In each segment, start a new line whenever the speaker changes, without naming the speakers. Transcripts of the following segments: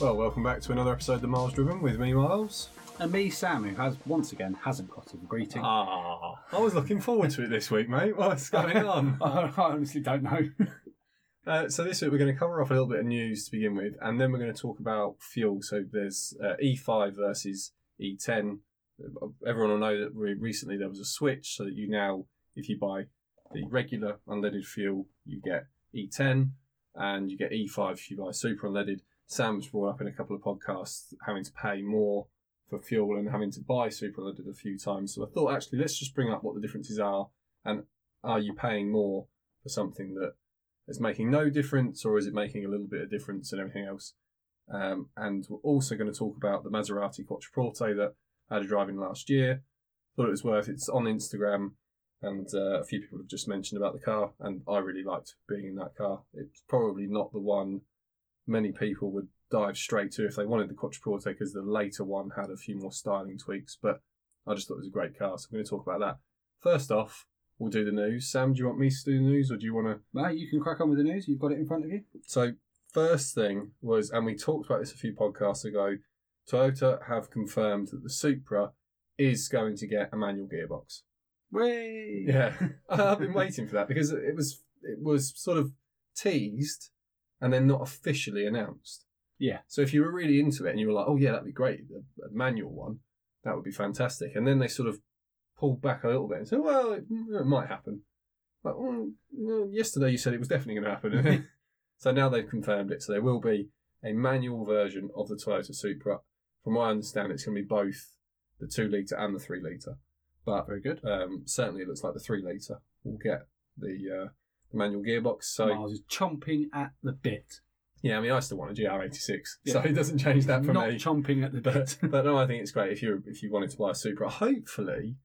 Well, welcome back to another episode of the Miles Driven with me, Miles.
And Uh, me, Sam, who has once again hasn't got a greeting.
Ah, I was looking forward to it this week, mate. What's going on?
I honestly don't know.
Uh, so this week we're going to cover off a little bit of news to begin with, and then we're going to talk about fuel. So there's uh, E5 versus E10. Everyone will know that re- recently there was a switch, so that you now, if you buy the regular unleaded fuel, you get E10, and you get E5 if you buy super unleaded. Sam's brought up in a couple of podcasts having to pay more for fuel and having to buy super unleaded a few times. So I thought actually let's just bring up what the differences are, and are you paying more for something that is making no difference or is it making a little bit of difference and everything else? Um, and we're also going to talk about the Maserati Quattroporte that I had a drive in last year. Thought it was worth. It's on Instagram, and uh, a few people have just mentioned about the car, and I really liked being in that car. It's probably not the one many people would dive straight to if they wanted the Quattroporte because the later one had a few more styling tweaks. But I just thought it was a great car, so I'm going to talk about that. First off, we'll do the news. Sam, do you want me to do the news, or do you want to
Mate, you can crack on with the news. You've got it in front of you.
so first thing was, and we talked about this a few podcasts ago. Toyota have confirmed that the Supra is going to get a manual gearbox.
Way.
Yeah, I've been waiting for that because it was it was sort of teased and then not officially announced.
Yeah.
So if you were really into it and you were like, oh yeah, that'd be great, a, a manual one, that would be fantastic. And then they sort of pulled back a little bit and said, well, it, it might happen. Like, "Mm, no, yesterday you said it was definitely going to happen. so now they've confirmed it. So there will be a manual version of the Toyota Supra. From what I understand, it's going to be both the two litre and the three litre. But
Very good.
um, certainly it looks like the three litre will get the uh, manual gearbox. So
Miles is chomping at the bit.
yeah, I mean, I still want a GR86, so
Yeah.
it doesn't change that for
Not
me.
chomping at the
but
bit.
but no, I think it's great if you if you wanted to buy a Supra. Hopefully,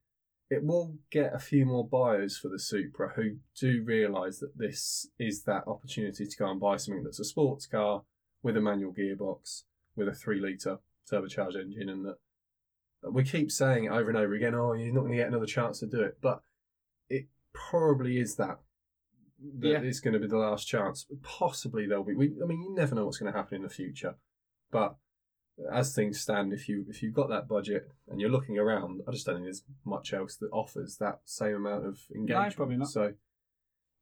it will get a few more buyers for the Supra who do realise that this is that opportunity to go and buy something that's a sports car with a manual gearbox with a three litre turbocharged engine, and that we keep saying it over and over again. Oh, you're not going to get another chance to do it, but it probably is that. That
Yeah.
it's going to be the last chance. Possibly there'll be. We, I mean, you never know what's going to happen in the future, but as things stand, if you if you've got that budget and you're looking around, I just don't think there's much else that offers that same amount of engagement.
probably not.
So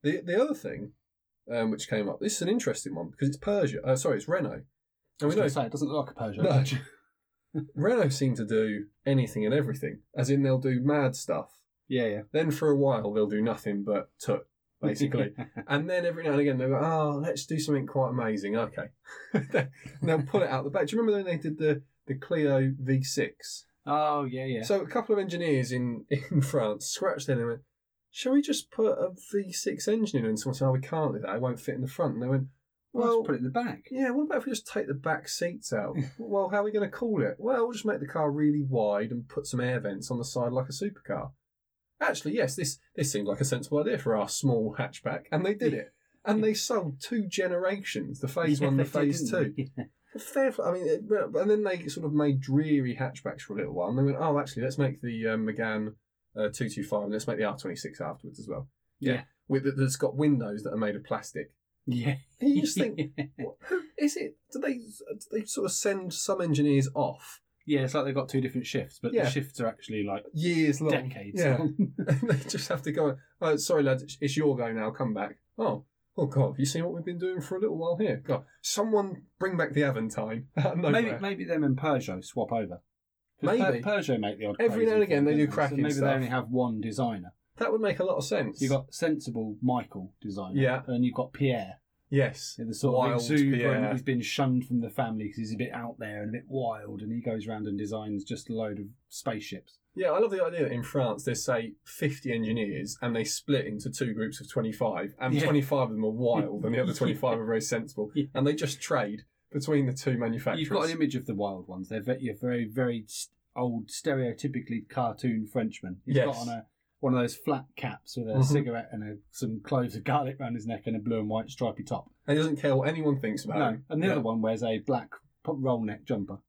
the the other thing um, which came up, this is an interesting one because it's Persia. Uh, sorry, it's Renault.
I
And we
was
know
gonna say, it doesn't look like a Peugeot.
No.
does it?
Renault seem to do anything and everything, as in they'll do mad stuff.
Yeah, yeah.
Then for a while they'll do nothing but toot, basically. And then every now and again they'll go, oh, let's do something quite amazing. Okay. and they'll pull it out the back. Do you remember when they did the, the Clio V6?
oh, yeah, yeah.
So a couple of engineers in, in France scratched in and went, Shall we just put a V6 engine in? And someone said, Oh, we can't do that. It won't fit in the front. And they went,
well,
Well,
let's put it in the back.
yeah, what about if we just take the back seats out? well, how are we going to call it? Well, we'll just make the car really wide and put some air vents on the side like a supercar. Actually, yes, this, this seemed like a sensible idea for our small hatchback. And they did it. And they sold two generations the phase one, the
Yeah, they did,
phase two.
didn't they? Yeah.
Fair, I mean, it- and then they sort of made dreary hatchbacks for a little while, and they went, "Oh, actually, let's make the uh, Megane two two five, and let's make the R twenty six afterwards as well."
Yeah.
with that's got windows that are made of plastic.
Yeah.
And you just think, what, who is it? Do they do they sort of send some engineers off
yeah, it's like they've got two different shifts, but
Yeah.
the shifts are actually like
years long?
decades
yeah.
long.
and they just have to go. Oh, sorry, lads, it's- it's your go now. Come back. Oh, oh God, have you seen what we've been doing for a little while here? God, someone bring back the Aventine. out of
maybe
nowhere.
maybe them and Peugeot swap over. 'Cause
Maybe.
Per- Peugeot make the odd.
Every now
crazy
and again
thing,
they
don't
do
So
cracking
maybe
stuff.
they only have one designer.
that would make a lot of sense.
You have got sensible Michael designer.
Yeah.
And you've got Pierre,
yes.
the sort
Wild
of exuberant.
Pierre.
He's been shunned from the family because he's a bit out there and a bit wild, and he goes around and designs just a load of spaceships.
Yeah, I love the idea that in France there's say 50 engineers and they split into two groups of 25, and
Yeah.
25 of them are wild and the other 25 are very sensible,
Yeah.
and they just trade between the two manufacturers.
You've got an image of the wild ones. They're very, you're very very st- old, stereotypically cartoon Frenchman. He's got
Yes.
on a one of those flat caps with a
Mhm.
cigarette and a, some cloves of garlic round his neck and a blue and white stripy top.
and he doesn't care what anyone thinks about
No,
him.
and the
yeah.
other one wears a black pop- roll neck jumper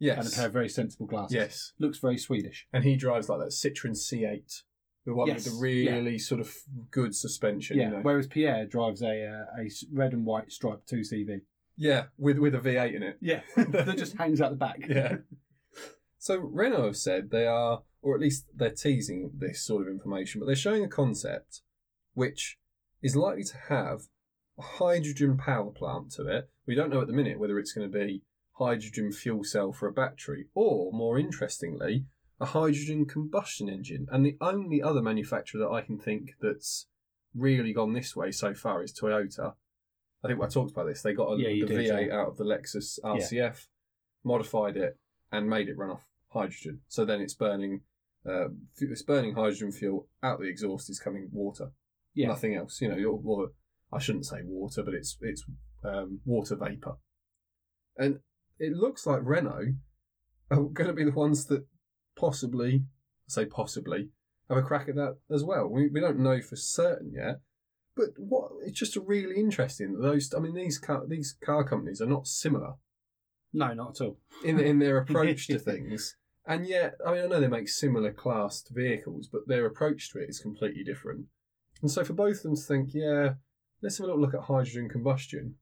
Yes.
and a pair of very sensible glasses.
yes.
Looks very Swedish.
And he drives like that Citroen C8, the one
Yes,
with the
yeah.
really sort of good suspension.
Yeah.
You know?
Whereas Pierre drives a uh, a s- red and white striped two CV.
Yeah, with with a V8 in it.
Yeah, that just hangs out the back.
Yeah. So Renault have said they are, or at least they're teasing this sort of information, but they're showing a concept which is likely to have a hydrogen power plant to it. We don't know at the minute whether it's going to be hydrogen fuel cell for a battery, or more interestingly, a hydrogen combustion engine. And the only other manufacturer that I can think that's really gone this way so far is Toyota. I think I talked about this. They got a,
Yeah, you
the
did,
V8
yeah.
out of the Lexus RCF, modified it, and made it run off hydrogen. So then it's burning, uh, fu- it's burning hydrogen fuel. Out the exhaust is coming water.
Yeah.
Nothing else. You know, you're- well, I shouldn't say water, but it's it's um, water vapor. And it looks like Renault are going to be the ones that possibly, I say possibly, have a crack at that as well. We, we don't know for certain yet, but what it's just really interesting that those. I mean, these car these car companies are not similar
No, not at all.
in in their approach to things, and yet I mean I know they make similar classed vehicles, but their approach to it is completely different. And so for both of them to think, yeah, let's have a little look at hydrogen combustion,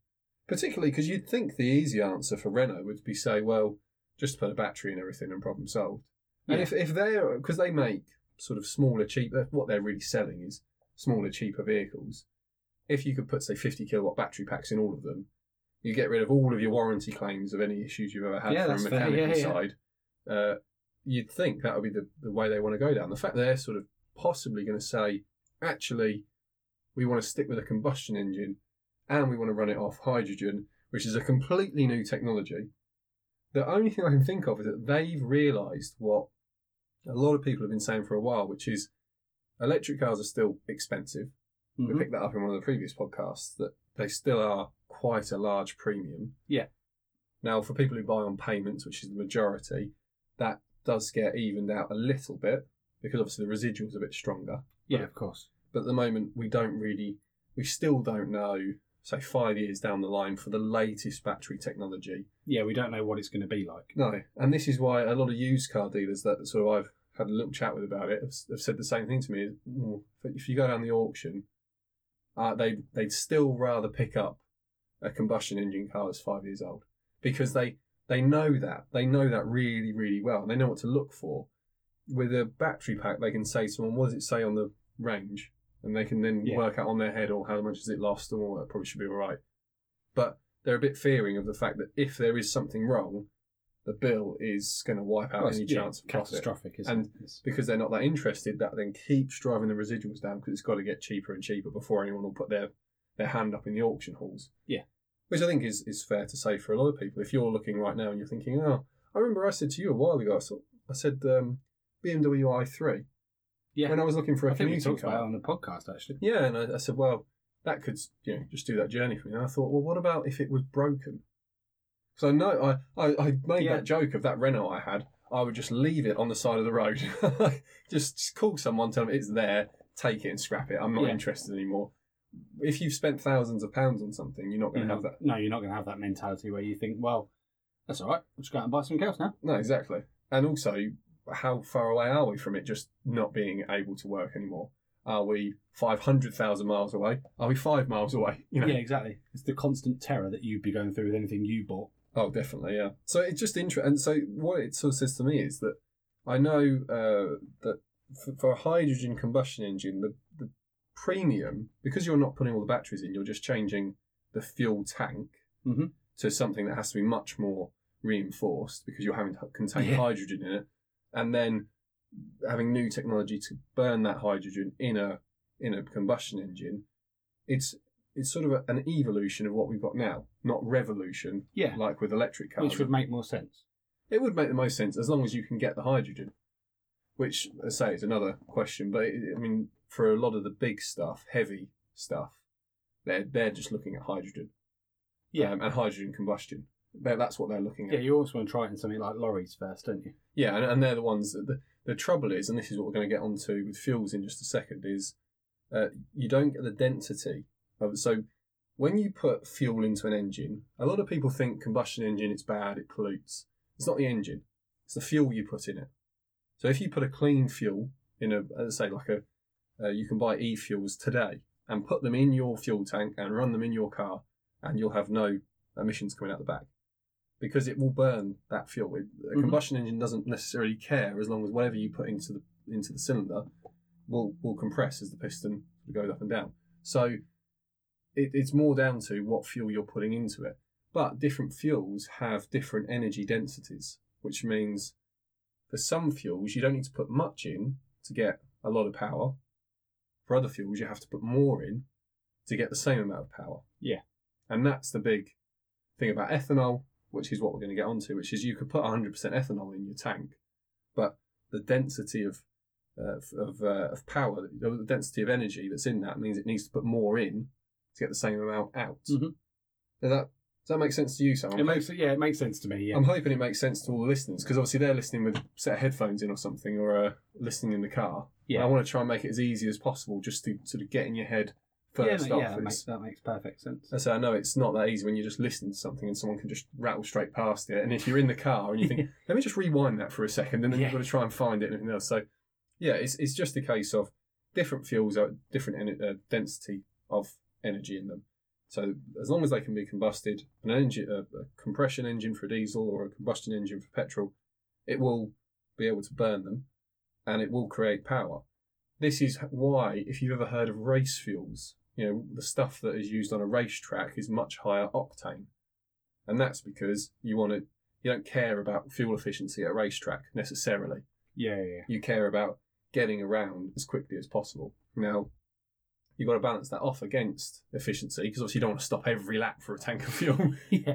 particularly because you'd think the easy answer for Renault would be say, well, just put a battery in everything and problem solved. And
Yeah.
if if they're because they make sort of smaller, cheaper, what they're really selling is smaller, cheaper vehicles. If you could put say 50 kilowatt battery packs in all of them, you get rid of all of your warranty claims of any issues you've ever had
Yeah,
from a
that's fair.
mechanical
Yeah, yeah.
side. Uh, you'd think that would be the, the way they want to go down. The fact they're sort of possibly going to say, actually, we want to stick with a combustion engine and we want to run it off hydrogen, which is a completely new technology. The only thing I can think of is that they've realised what a lot of people have been saying for a while, which is electric cars are still expensive. We
Mhm.
picked that up in one of the previous podcasts that they still are quite a large premium.
Yeah.
Now, for people who buy on payments, which is the majority, that does get evened out a little bit because obviously the residual's a bit stronger.
Yeah, of course.
But at the moment, we don't really, we still don't know, say five years down the line, for the latest battery technology.
Yeah, we don't know what it's going to be like.
No, and this is why a lot of used car dealers that sort of I've had a little chat with about it have, have said the same thing to me. is, "Mm, If if you go down the auction, uh, they they'd still rather pick up a combustion engine car that's five years old because they they know that they know that really really well and they know what to look for. With a battery pack, they can say to someone, "What does it say on the range?" and they can then
Yeah.
work out on their head or how much has it lost and all that probably should be all right. But they're a bit fearing of the fact that if there is something wrong, the bill is going to wipe out
Well,
any
it's, yeah,
chance of profit
catastrophic, isn't
And
it? It's-
because they're not that interested. That then keeps driving the residuals down because it's got to get cheaper and cheaper before anyone will put their their hand up in the auction halls.
Yeah.
which I think is is fair to say for a lot of people. If you're looking right now and you're thinking, oh, I remember I said to you a while ago, I, saw, I said um, BMW i3
Yeah,
when I was looking for a
I think we
commuting
talked
car.
about it on the podcast actually.
Yeah, and I, I said, well, that could you know just do that journey for me. And I thought, well, what about if it was broken? So no, I I, I made
Yeah.
that joke of that Renault I had. I would just leave it on the side of the road. just, just call someone, tell them it's there, take it and scrap it. I'm not
Yeah.
interested anymore. If you've spent thousands of pounds on something, you're not going to have that.
No, you're not going to have that mentality where you think, well, that's all right. I'll just go out and buy something else now.
No, exactly. And also, how far away are we from it just not being able to work anymore? Are we 500,000 miles away? Are we five miles away? You know,
Yeah, exactly. It's the constant terror that you'd be going through with anything you bought.
Oh, definitely, yeah. So it's just interesting. And so what it sort of says to me is that I know uh, that for, for a hydrogen combustion engine, the, the premium, because you're not putting all the batteries in, you're just changing the fuel tank
Mhm.
to something that has to be much more reinforced because you're having to contain
Yeah.
hydrogen in it. And then having new technology to burn that hydrogen in a in a combustion engine, it's it's sort of a, an evolution of what we've got now, not revolution
Yeah,
like with electric cars.
which would make more sense.
it would make the most sense as long as you can get the hydrogen, which, as I say, is another question. But it, I mean, for a lot of the big stuff, heavy stuff, they're they're just looking at hydrogen,
Yeah,
um, and hydrogen combustion. They're, that's what they're looking
yeah.
at.
You also want to try it in something like lorries first, don't you?
Yeah, and, and they're the ones that the, the trouble is, and this is what we're going to get onto with fuels in just a second, is uh, you don't get the density of it. So when you put fuel into an engine, a lot of people think combustion engine, it's bad, it pollutes. It's not the engine, it's the fuel you put in it. So if you put a clean fuel in a, let's say like a, uh, you can buy e-fuels today and put them in your fuel tank and run them in your car and you'll have no emissions coming out the back because it will burn that fuel. It, a
Mhm.
combustion engine doesn't necessarily care as long as whatever you put into the into the cylinder will will compress as the piston goes up and down. So it, it's more down to what fuel you're putting into it. But different fuels have different energy densities, which means for some fuels you don't need to put much in to get a lot of power. For other fuels you have to put more in to get the same amount of power.
Yeah.
And that's the big thing about ethanol, which is what we're going to get onto, which is you could put 100% ethanol in your tank, but the density of uh, of of, uh, of power, the density of energy that's in that means it needs to put more in to get the same amount out.
Mhm.
Does that does that make sense to you, Sam?
It makes yeah, it makes sense to me. Yeah,
I'm hoping it makes sense to all the listeners because obviously they're listening with a set of headphones in or something, or uh, listening in the car.
Yeah.
And I want to try and make it as easy as possible, just to sort of get in your head first
yeah,
off.
yeah that,
It's-
makes, that makes perfect sense.
I say, I know it's not that easy when you're just listening to something and someone can just rattle straight past it. And if you're in the car and you think, let me just rewind that for a second, and then
Yeah.
you've got to try and find it and everything else. So, yeah, it's, it's just a case of different fuels are different ener- uh, density of energy in them. So, as long as they can be combusted, an engine, a, a compression engine for diesel or a combustion engine for petrol, it will be able to burn them and it will create power. This is why, if you've ever heard of race fuels, you know, the stuff that is used on a racetrack is much higher octane. And that's because you want to, you don't care about fuel efficiency at a racetrack necessarily.
Yeah, yeah, yeah.
You care about getting around as quickly as possible. Now, you've got to balance that off against efficiency because obviously you don't want to stop every lap for a tank of fuel. Can
yeah.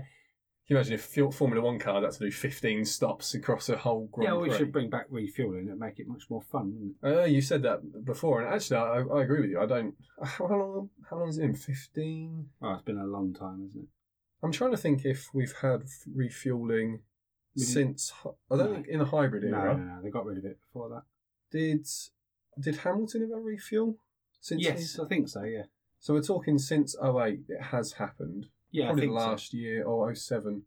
you imagine if Fu- Formula One cars had to do 15 stops across a whole Grand
yeah, we
Prix?
should bring back refueling and make it much more fun. wouldn't
Uh, you said that before, and actually, I, I agree with you. I don't. How long? How long has it been? Fifteen.
it? Oh, it's been a long time, isn't it?
I'm trying to think if we've had f- refueling
We didn't-
since. hy- I don't
No.
think in the hybrid
No,
era
no, no, they got rid of it before that.
did did Hamilton ever refuel? Since
yes, I think so. Yeah,
So we're talking since 08, It has happened.
yeah, I
Probably
think so.
last year or 07.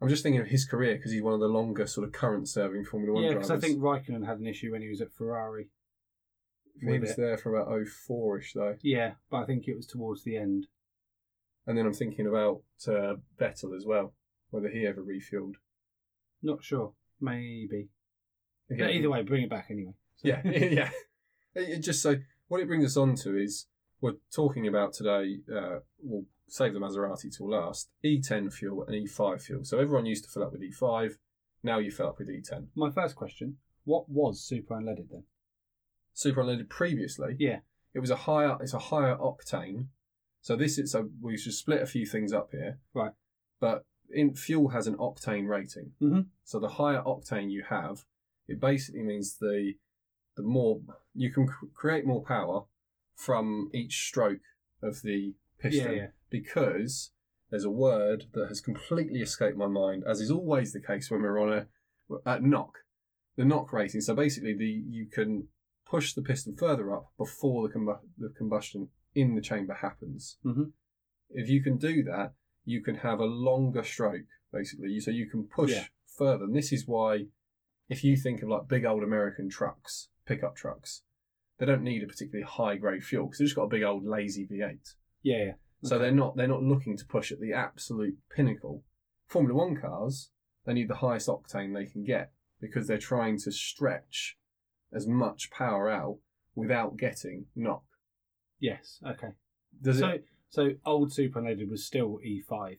I'm just thinking of his career because he's one of the longest sort of current serving Formula One
Yeah,
drivers.
because I think Raikkonen had an issue when he was at Ferrari.
he
with
was
it.
there for about 04ish though.
Yeah, but I think it was towards the end.
And then I'm thinking about uh, Vettel as well, whether he ever refueled.
Not sure. Maybe.
Again,
But either way, bring it back anyway. So-
yeah, yeah. It, it just so what it brings us on to is we're talking about today. Uh, we'll save the Maserati till last. E10 fuel and E5 fuel. So everyone used to fill up with E5. Now you fill up with E E10.
My first question: What was super unleaded then?
Super unleaded previously.
Yeah,
It was a higher. It's a higher octane. So this is so we should split a few things up here.
right.
But in fuel has an octane rating.
Mm-hmm.
So the higher octane you have, it basically means the the more you can cr- create more power from each stroke of the piston
Yeah, yeah.
because there's a word that has completely escaped my mind, as is always the case when we're on a at knock, the knock rating. So basically, the you can push the piston further up before the, combu- the combustion in the chamber happens
Mm-hmm.
if you can do that, you can have a longer stroke, basically. So you can push
Yeah.
further. And this is why, if you think of like big old American trucks, pickup trucks, they don't need a particularly high grade fuel because they've just got a big old lazy V8.
Yeah, yeah.
So they're not they're not looking to push at the absolute pinnacle. Formula One cars, they need the highest octane they can get because they're trying to stretch as much power out without getting knock.
Yes. Okay.
Does
so,
it?
so old super unleaded was still E5,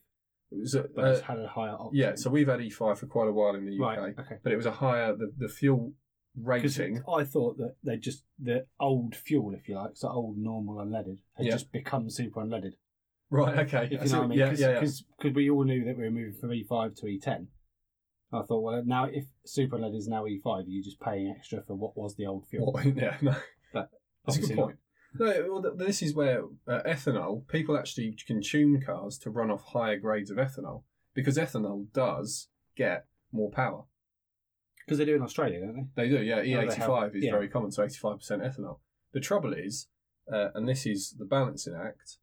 is it,
but
uh,
it's had a higher octane.
Yeah, E so we've had E5 for quite a while in the UK,
right. Okay.
but it was a higher the, the fuel
Because
rating.
I thought that they just the old fuel, if you like, so old normal unleaded, had
Yeah.
just become super unleaded.
Right, okay.
If you
I see
know what I
what-
mean?
yeah,
Cause,
yeah, yeah.
'cause- 'cause we all knew that we were moving from E5 to E10. I thought, well, now if super unleaded is now E5, you're just paying extra for what was the old fuel.
What- yeah, no.
But
That's a
obviously
good
not.
point. No, well, th- this is where uh, ethanol, people actually can tune cars to run off higher grades of ethanol because ethanol does get more power.
Because they do in Australia, don't they?
Oh, They do, yeah.
they have-
E85 is
yeah.
very common, so 85% ethanol. The trouble is, uh, and this is the balancing act,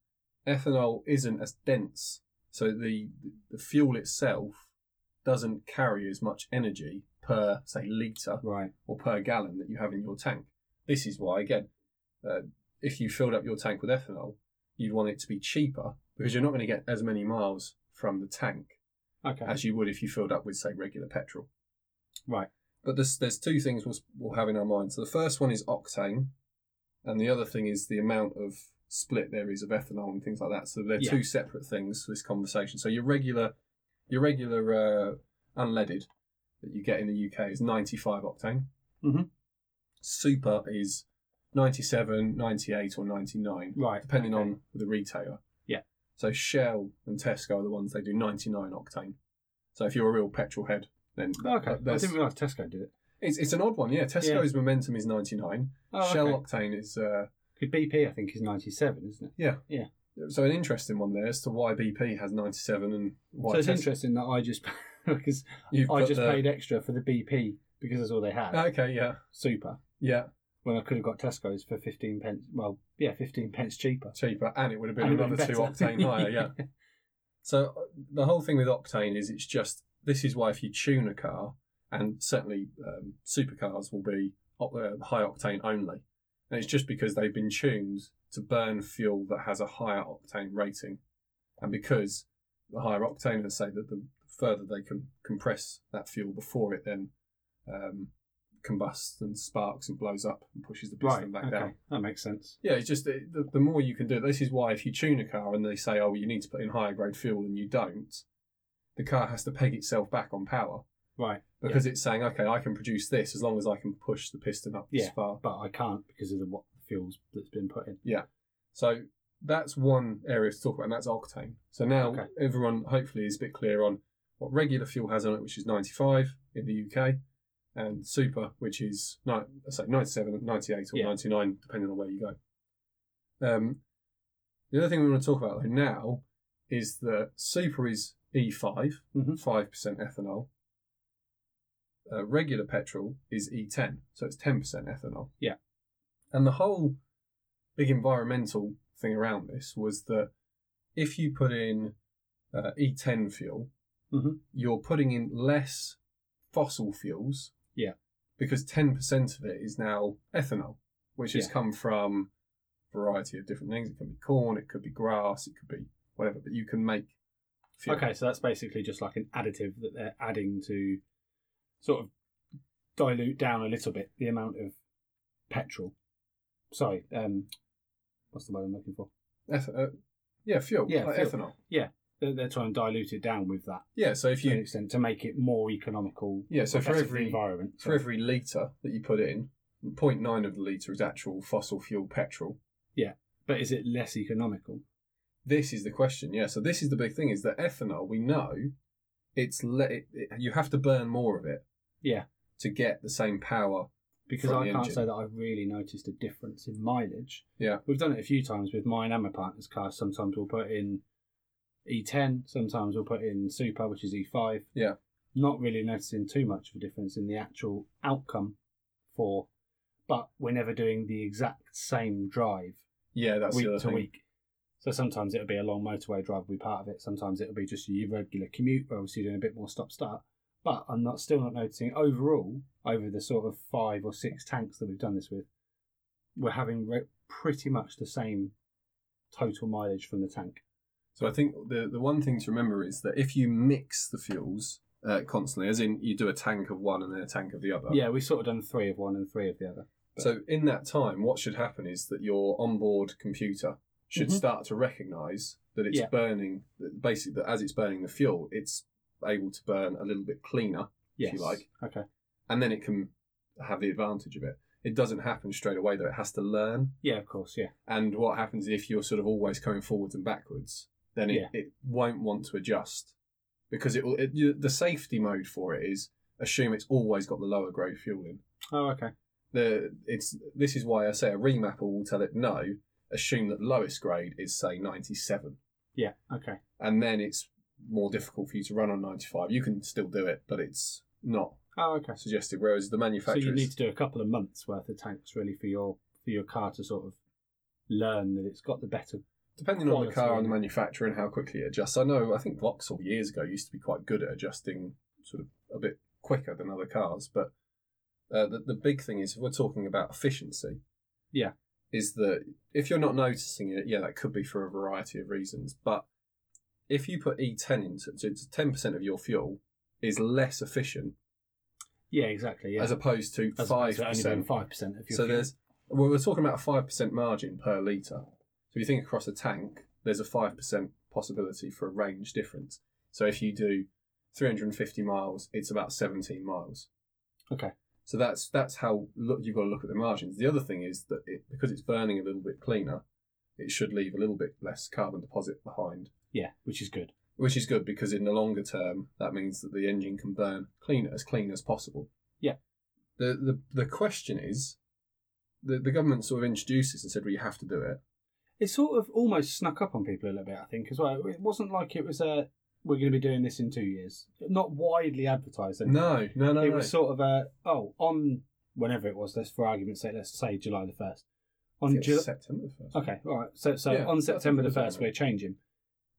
ethanol isn't as dense, so the the fuel itself doesn't carry as much energy per say liter
Right.
or per gallon that you have in your tank. This is why, again, uh, if you filled up your tank with ethanol, you'd want it to be cheaper because you're not going to get as many miles from the tank
Okay.
as you would if you filled up with, say, regular petrol.
Right.
But this, there's two things we'll, we'll have in our mind. So the first one is octane, and the other thing is the amount of split there is of ethanol and things like that. So they're
Yeah.
two separate things for this conversation. So your regular, your regular uh, unleaded that you get in the UK is 95 octane.
Mhm.
Super is 97, 98, or 99
Right.
depending
okay.
on the retailer.
Yeah.
So Shell and Tesco are the ones they do 99 octane. So if you're a real petrol head, then that-
Oh, Okay.
that's-
I didn't realise Tesco did it.
it's, it's an odd one. Yeah, Tesco's momentum is 99.
Oh,
Shell
okay.
octane is uh,
'Cause BP, I think, is 97, isn't it?
so an interesting one there as to why BP has 97 and why
so it's
Tesco-
interesting that I just because
You've
I
got
just
the- Oh.
paid extra for the BP because that's all they had.
Okay, yeah,
Super.
yeah,
When I could have got Tesco's for 15 pence. Well, yeah, 15 pence cheaper.
cheaper, and it would have been
And it'd
another two
better.
octane higher. Yeah. So uh, the whole thing with octane is it's just this is why if you tune a car, and certainly um, supercars will be o- uh, high octane only, and it's just because they've been tuned to burn fuel that has a higher octane rating, and because the higher octane, let's say that the further they can compress that fuel before it then um, combusts and sparks and blows up and pushes the
Right.
piston back
Okay.
down.
That makes sense.
Yeah, it's just the, the, the more you can do. This is why if you tune a car and they say, "Oh, well, you need to put in higher grade fuel," and you don't, the car has to peg itself back on power
Right. yeah.
because it's saying, "Okay, I can produce this as long as I can push the piston up this
Yeah.
far."
But I can't because of the what fuels that's been put in.
So that's one area to talk about, and that's octane. So now
Okay.
everyone hopefully is a bit clear on what regular fuel has on it, which is 95 in the UK, and super, which is ni- let's say 97, 98, or
Yeah.
99, depending on where you go. Um, the other thing we want to talk about though now is that super is E E5,
Mhm.
5% ethanol. Uh, regular petrol is E10, so it's 10% ethanol.
Yeah.
And the whole big environmental thing around this was that if you put in uh, E10 fuel,
Mhm.
you're putting in less fossil fuels.
Yeah.
Because 10% of it is now ethanol, which has
Yeah.
come from a variety of different things. It can be corn, it could be grass, it could be whatever, but you can make fuel.
Okay, so that's basically just like an additive that they're adding to sort of dilute down a little bit the amount of petrol. Sorry, um, what's the word I'm looking for?
Eth- uh, yeah, fuel.
Yeah,
like
fuel.
ethanol.
They're, they're trying to dilute it down with that
Yeah, so if
to an
you
extent to make it more economical.
Yeah, so
or
for
better
every-
the environment.
for every litre that you put in, 0.9 of the litre is actual fossil fuel petrol.
but is it less economical?
This is the question, yeah. So this is the big thing: is that ethanol? We know it's le- it, it, you have to burn more of it
Yeah,
to get the same power.
because
From
I
the
can't
engine.
say that I've really noticed a difference in mileage.
Yeah,
We've done it a few times with mine and my partner's car. Sometimes we'll put in E10, sometimes we'll put in Super, which is E5.
yeah,
Not really noticing too much of a difference in the actual outcome for, but we're never doing the exact same drive
yeah. That's
week
the
to
other thing.
week. So sometimes it'll be a long motorway drive, will be part of it. Sometimes it'll be just your regular commute, where obviously you're doing a bit more stop start. But I'm not still not noticing overall over the sort of five or six tanks that we've done this with, we're having re- pretty much the same total mileage from the tank.
So I think the the one thing to remember is that if you mix the fuels uh, constantly, as in you do a tank of one and then a tank of the other.
Yeah, we've sort of done three of one and three of the other.
So in that time, what should happen is that your onboard computer should
Mhm.
start to recognise that it's
Yeah.
burning. that Basically, that as it's burning the fuel, it's able to burn a little bit cleaner, if
Yes.
you like,
Okay.
and then it can have the advantage of it. It doesn't happen straight away though; it has to learn.
Yeah, of course. Yeah.
And what happens if you're sort of always coming forwards and backwards? Then it,
Yeah.
it won't want to adjust because it will. It, you, the safety mode for it is assume it's always got the lower grade fuel in
Oh, okay.
the it's this is why I say a remapper will tell it no. Assume that lowest grade is say ninety seven,
Yeah. Okay.
and then it's more difficult for you to run on ninety five. You can still do it, but it's not
Oh, okay.
suggested. Whereas the
So
manufacturers,
you need to do a couple of months worth of tanks really for your for your car to sort of learn that it's got the better
depending on the car
quality.
and the manufacturer and how quickly it adjusts. I know I think Vauxhall years ago used to be quite good at adjusting sort of a bit quicker than other cars, but uh, the the big thing is if we're talking about efficiency,
Yeah.
is that if you're not noticing it, yeah, that could be for a variety of reasons. But if you put E10 into so it's 10% of your fuel is less efficient
Yeah, exactly. Yeah.
as opposed to
As opposed
5%.
to only being 5% of your
so
fuel.
there's, well, we're talking about a 5% margin per litre. So you think across a tank, there's a 5% possibility for a range difference. So if you do 350 miles, it's about 17 miles.
Okay.
So that's that's how look, you've got to look at the margins. The other thing is that it, because it's burning a little bit cleaner, it should leave a little bit less carbon deposit behind,
Yeah, which is good.
which is good because in the longer term, that means that the engine can burn clean as clean as possible.
Yeah.
The the the question is, the the government sort of introduced this and said, "Well, you have to do it."
It sort of almost snuck up on people a little bit, I think, as well. It wasn't like it was a we're going to be doing this in two years. Not widely advertised. anyway.
No, no, no,
it
no.
was sort of a oh on whenever it was. Let's for argument's sake, let's say July the first.
I
On Uh,
think it
Ju-
was September first.
okay, all right. So so
Yeah,
on September the
September.
first, we're changing.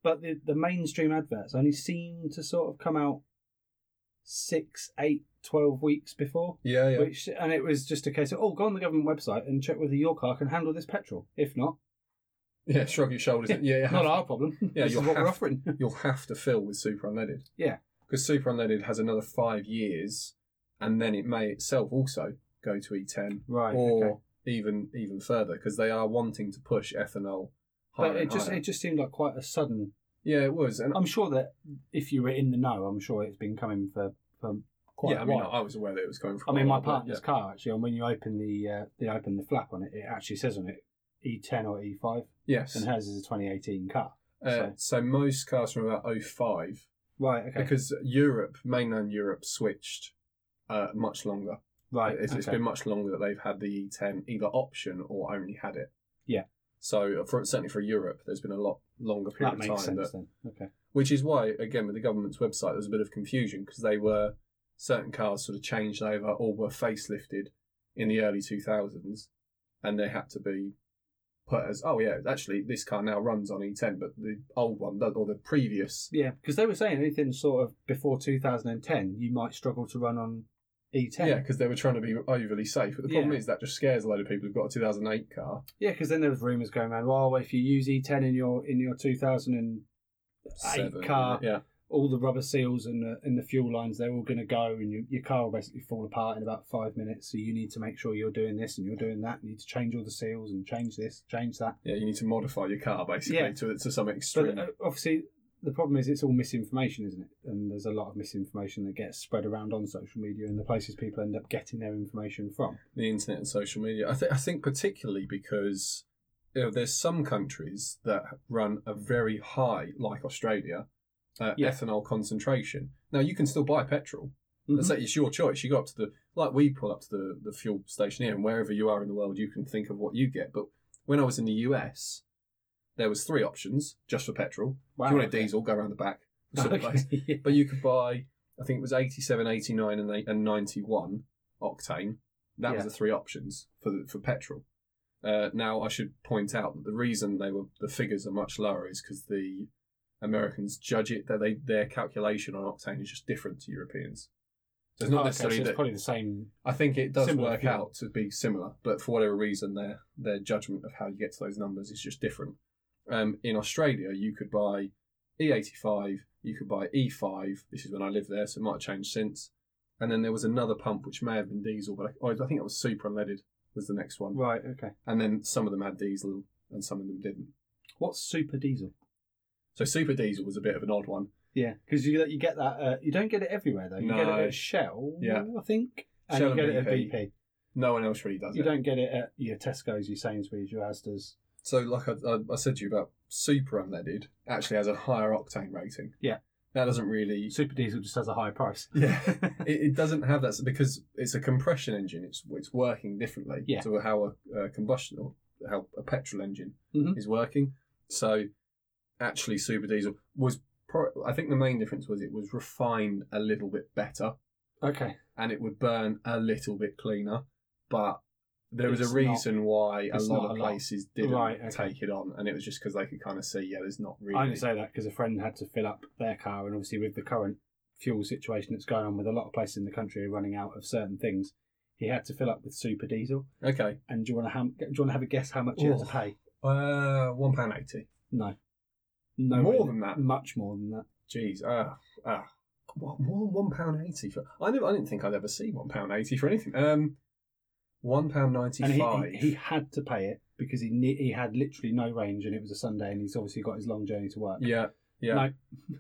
But the the mainstream adverts only seem to sort of come out six, eight, twelve weeks before.
Yeah, yeah.
Which and it was just a case of oh, go on the government website and check whether your car can handle this petrol. If not,
yeah, shrug your shoulders. Yeah, yeah
not our problem.
Yeah,
this is
you'll
what we're
have-
offering.
you'll have to fill with super unleaded.
Yeah.
Because super unleaded has another five years, and then it may itself also go to E10
Right,
or
okay.
even even further because they are wanting to push ethanol higher.
but it
and
just
higher.
it just seemed like quite a sudden
yeah, it was, and
I'm sure that if you were in the know, I'm sure it's been coming for, for quite
yeah,
a
I mean,
while.
I was aware that it was coming
I
from.
mean, my
partner's
partner's car actually, and when you open the uh, they open the flap on it, it actually says on it E10 or E5,
Yes.
and hers is a 2018 car.
Uh, so most cars from about 05,
Right. Okay.
because Europe, mainland Europe, switched uh, much longer.
right.
It's, it's
okay.
been much longer that they've had the E10 either option or only had it.
Yeah.
So for certainly for Europe, there's been a lot longer period
that
of
makes
time, that,
sense then. Okay.
which is why again with the government's website there was a bit of confusion because they were certain cars sort of changed over or were facelifted in the early 2000s, and they had to be put as oh yeah actually this car now runs on E10 but the old one does- or the previous
Yeah, because they were saying anything sort of before 2010, you might struggle to run on E E10.
yeah because they were trying to be overly safe but the problem
Yeah.
is that just scares a load of people who've got a 2008 car
Yeah, because then there was rumours going around. Well, if you use E10 in your in your 2000 and
Seven,
car.
yeah
all the rubber seals and the, and the fuel lines they're all going to go and you, your car will basically fall apart in about five minutes so you need to make sure you're doing this and you're doing that you need to change all the seals and change this change that
Yeah, you need to modify your car basically
Yeah.
to to some
but
extreme.
uh, obviously the problem is it's all misinformation isn't it and there's a lot of misinformation that gets spread around on social media and the places people end up getting their information from
the internet and social media. I think I think particularly because you know, there's some countries that run a very high, like Australia, uh,
Yeah.
ethanol concentration. Now you can still buy petrol. That's
Mhm.
it. It's your choice. You go up to the like we pull up to the the fuel station here, and wherever you are in the world, you can think of what you get. But when I was in the US, there was three options just for petrol.
Wow,
if you want a
okay.
diesel, go around the back. sort of place.
Okay, yeah.
but you could buy i think it was 87 89 and, eight- and 91 octane that was
Yeah.
the three options for the, for petrol uh, now i should point out that the reason they were the figures are much lower is because the americans judge it that they their calculation on octane is just different to europeans so it's
Oh,
not
okay, so
necessarily
it's
that
probably the same
i think it does
similar
work
fuel.
out to be similar but for whatever reason their their judgment of how you get to those numbers is just different um, in Australia, you could buy E85, you could buy E5. This is when I lived there, so it might have changed since. And then there was another pump which may have been diesel, but I, I think it was super unleaded was the next one.
right okay
And then some of them had diesel and some of them didn't.
what's super diesel
So super diesel was a bit of an odd one.
Yeah, because you you get that uh, you don't get it everywhere though. You get
No.
it at Shell,
Yeah.
I think, and
Shell
you get
and
it at
BP.
BP.
No one else really does
You
it.
don't get it at your Tesco's, your Sainsbury's, your Asda's.
So, like I, I- I said to you about super unleaded, actually has a higher octane rating.
Yeah.
That doesn't really.
Super diesel just has a higher price.
Yeah, it, it doesn't have that s- because it's a compression engine. It's it's working differently
Yeah.
to how a, a combustion or how a petrol engine
Mhm.
is working. So actually, super diesel was. Pro- I think the main difference was it was refined a little bit better
Okay,
and it would burn a little bit cleaner, but. There was
It's
a
not-
reason why a
it's
lot
not
of
a lot.
places didn't
Right, okay.
take it on, and it was just because they could kind of see, yeah, there's not really.
I only say that because a friend had to fill up their car, and obviously with the current fuel situation that's going on with a lot of places in the country are running out of certain things. he had to fill up with super diesel.
Okay.
And do you want to ham- do you want to have a guess how much he had to
Oh.
pay?
Uh, one pound eighty.
No, no
More
way.
than that?
Much more than that.
Jeez. Ah. ah. What, more than one pound eighty for? I never. I didn't think I'd ever see one pound eighty for anything. Um, one pound
And he,
ninety-five.
he, he had to pay it because he ne- he had literally no range, and it was a Sunday, and he's obviously got his long journey to work.
yeah. Yeah.
No,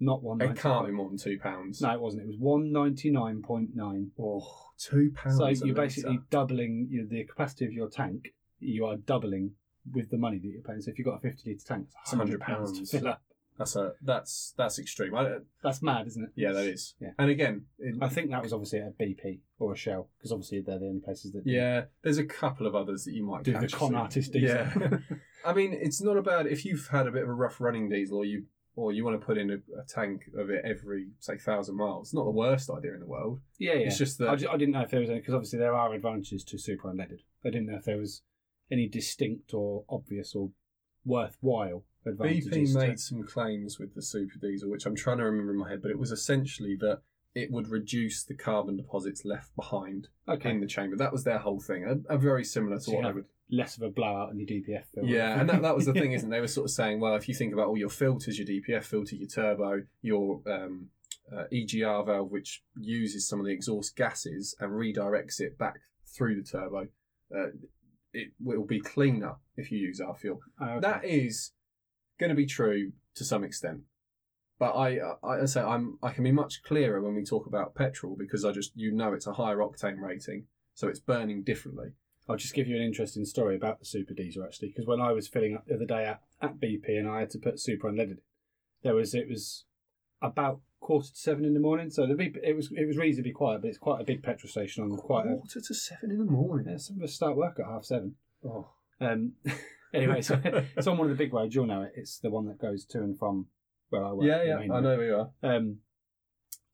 not one.
it can't be more than two pounds.
No, it wasn't. It was one ninety nine point nine.
Oh, two pounds.
So
a
you're
litre.
basically doubling your, the capacity of your tank. You are doubling with the money that you're paying. So if you've got a fifty litre tank, it's
It's 100
hundred pounds to
pounds.
fill up.
That's a that's that's extreme. I,
That's mad, isn't it?
yeah, that is.
Yeah.
And again, it,
I think that was obviously at a BP or a Shell because obviously they're the only places that do-
yeah, there's a couple of others that you might
do, the
catch
con
soon.
artist diesel.
Yeah. I mean, it's not about if you've had a bit of a rough running diesel, or you or you want to put in a, a tank of it every say thousand miles. It's not the worst idea in the world.
yeah, yeah.
It's just
I,
that
ju- I didn't know if there was any because obviously there are advantages to super unleaded. I didn't know if there was any distinct or obvious or worthwhile advantages.
BP
to-
made some claims with the super diesel, which I'm trying to remember in my head, but it was essentially that it would reduce the carbon deposits left behind
okay,
in the chamber. That was their whole thing. A, a very similar to
So you
what they
have
would
less of a blowout in your DPF. bill.
Yeah, and that, that was the thing, isn't it? They were sort of saying, well, if you think about all your filters, your DPF filter, your turbo, your um, uh, EGR valve, which uses some of the exhaust gases and redirects it back through the turbo, uh, it will be cleaner if you use our fuel.
Oh, okay.
That is going to be true to some extent. But I, uh, I, I say I'm, I can be much clearer when we talk about petrol because I just, you know, it's a higher octane rating, so it's burning differently.
I'll just give you an interesting story about the super diesel actually, because when I was filling up the other day at, at BP and I had to put super unleaded, in, there was it was about quarter to seven in the morning, so the BP, it was it was reasonably quiet, but it's quite a big petrol station on quite a
Quarter to seven in the morning.
yeah, some of us start work at half seven.
Oh.
Um, anyway, so it's on one of the big roads. You'll know it. It's the one that goes to and from where I work.
Yeah,
the
yeah,
main
I
road.
know we are.
Um,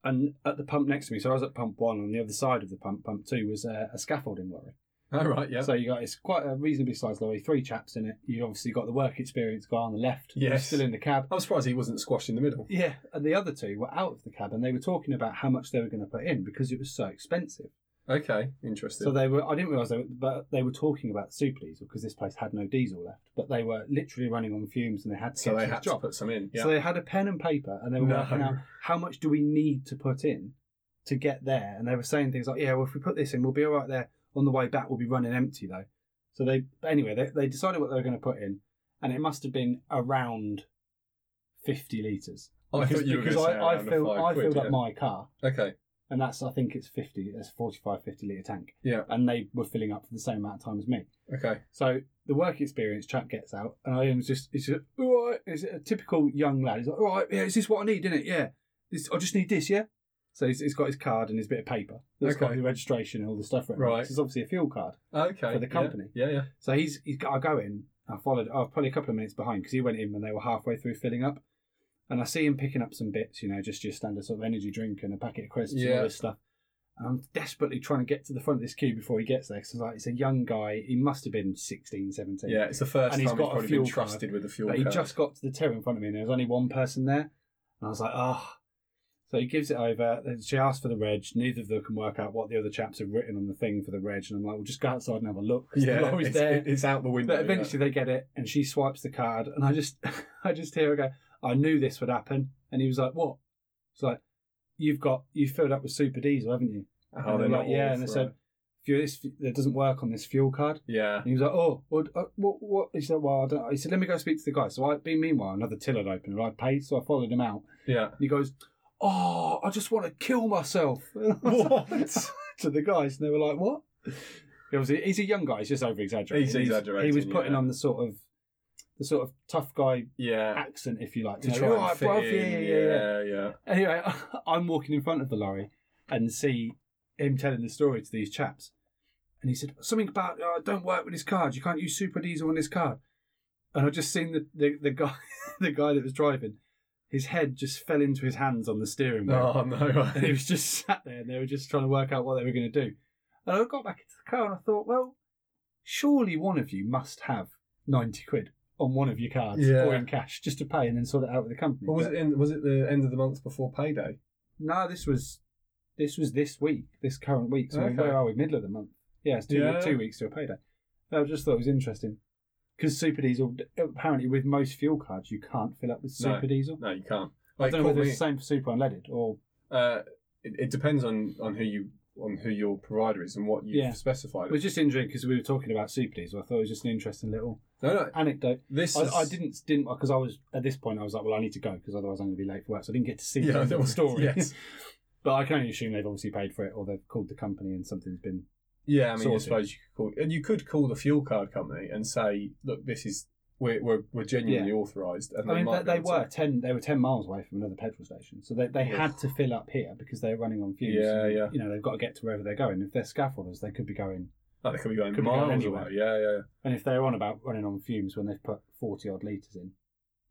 and at the pump next to me, so I was at pump one. On the other side of the pump, pump two was uh, a scaffolding lorry.
All right, yeah.
So you got it's quite a reasonably sized lorry, three chaps in it. You obviously got the work experience guy on the left, who's
Yes.
still in the cab.
I'm surprised he wasn't squashed in the middle.
Yeah, and the other two were out of the cab, and they were talking about how much they were going to put in because it was so expensive.
Okay, interesting.
So they were, I didn't realise they were, but they were talking about super diesel because this place had no diesel left, but they were literally running on fumes and they had to
so
get
they
to the
had to
job.
put some in. Yeah.
So they had a pen and paper, and they were
No.
working out how much do we need to put in to get there. And they were saying things like, "Yeah, well, if we put this in, we'll be all right there. On the way back, we'll be running empty though." So they, but anyway, they, they decided what they were going to put in, and it must have been around fifty liters.
I thought you were
because
gonna say
I, I
around a
filled,
five
I
quid,
filled
yeah.
up my car,
okay.
and that's I think it's fifty, it's 45, 50 liter tank,
Yeah.
and they were filling up for the same amount of time as me.
Okay.
So the work experience chap gets out, and I am just, he's just, all right, is a typical young lad? He's like, all right, yeah, is this what I need, isn't it? Yeah. This, I just need this, yeah? So he's, he's got his card and his bit of paper that's got
Okay.
the registration and all the stuff written.
Right.
It's obviously a fuel card.
Okay.
For the
yeah,
company.
Yeah, yeah.
So he's, he's I go in, I followed, I was probably a couple of minutes behind because he went in when they were halfway through filling up. And I see him picking up some bits, you know, just your standard sort of energy drink and a packet of crisps and
Yeah.
all this stuff. And I'm desperately trying to get to the front of this queue before he gets there because like, it's a young guy. He must have been 16, 17.
Yeah, it's the first time
And he's
he's,
got a
probably
fuel
been
card,
trusted with the fuel
But he
card.
just got to the terror in front of me, and there was only one person there. And I was like, oh. So he gives it over. then She asks for the reg. Neither of them can work out what the other chaps have written on the thing for the reg. And I'm like, well, just go outside and have a look. 'cause
yeah,
the lorry's
it's,
there.
it- it's out the window.
but eventually they get it, and she swipes the card. And I just, I just hear her go, I knew this would happen. And he was like, what? It's like, you've got, you filled up with super diesel, haven't you?
yeah. Oh,
and
they're
I'm
not
like, yeah.
all
And they
for
said,
it.
if you this, that doesn't work on this fuel card.
yeah.
And he was like, "Oh, what? uh, What?" what? He said, "Well, I don't." know." He said, "Let me go speak to the guy." So I, been meanwhile, another till had opened, and I paid, so I followed him out.
Yeah.
And he goes, "Oh, I just want to kill myself." And I was like-
What?
to the guys, and they were like, "What?" He was, he's a young guy. He's just over exaggerating.
He's exaggerating,
He was putting
yeah.
on the sort of the sort of tough guy
Yeah.
accent, if you like,
To
know,
try
"All
and
right,
fit
bruv,
in.
yeah, yeah, yeah, yeah."
yeah, yeah.
Anyway, I'm walking in front of the lorry and see him telling the story to these chaps. And he said, Something about, oh, don't work with this card. You can't use super diesel on this card. And I've just seen the, the, the guy the guy that was driving, his head just fell into his hands on the steering wheel.
Oh no.
And he was just sat there and they were just trying to work out what they were going to do. And I got back into the car and I thought, well, surely one of you must have 90 quid on one of your cards
Yeah.
or in cash just to pay and then sort it out with the company.
Or was
But-
it in, was it the end of the month before payday?
no, this was This was this week, this current week. So I mean,
Okay.
where are we? Middle of the month. Yeah, it's two,
Yeah.
two weeks to a payday. I just thought it was interesting because super diesel apparently with most fuel cards you can't fill up with
No.
super diesel.
No, you can't.
I
Like,
don't know
caught
whether it's
me,
the same for super unleaded or
uh, it, it depends on, on who you on who your provider is and what you've
Yeah.
specified.
it was just interesting because we were talking about super diesel. I thought it was just an interesting little
no, no.
anecdote.
This
I,
is,
I didn't didn't because I was at this point I was like, well, I need to go because otherwise I'm going to be late for work. So I didn't get to see
Yeah,
the end
that
of the
was-
story.
yes.
but I can only assume they've obviously paid for it or they've called the company and something's been.
Yeah, I mean, I
sorted.
suppose you could call and you could call the fuel card company and say, look, this is we're we're, we're genuinely authorised. And
I
they
mean,
might
they,
be
they
able to-
were ten. They were ten miles away from another petrol station, so they, they
Yeah.
had to fill up here because they're running on fumes.
Yeah, yeah.
You know, they've got to get to wherever they're going. If they're scaffolders, they could be going.
Oh, they could be going
Could be going
miles
anywhere.
away. Yeah, yeah.
And if they're on about running on fumes when they've put forty odd liters in,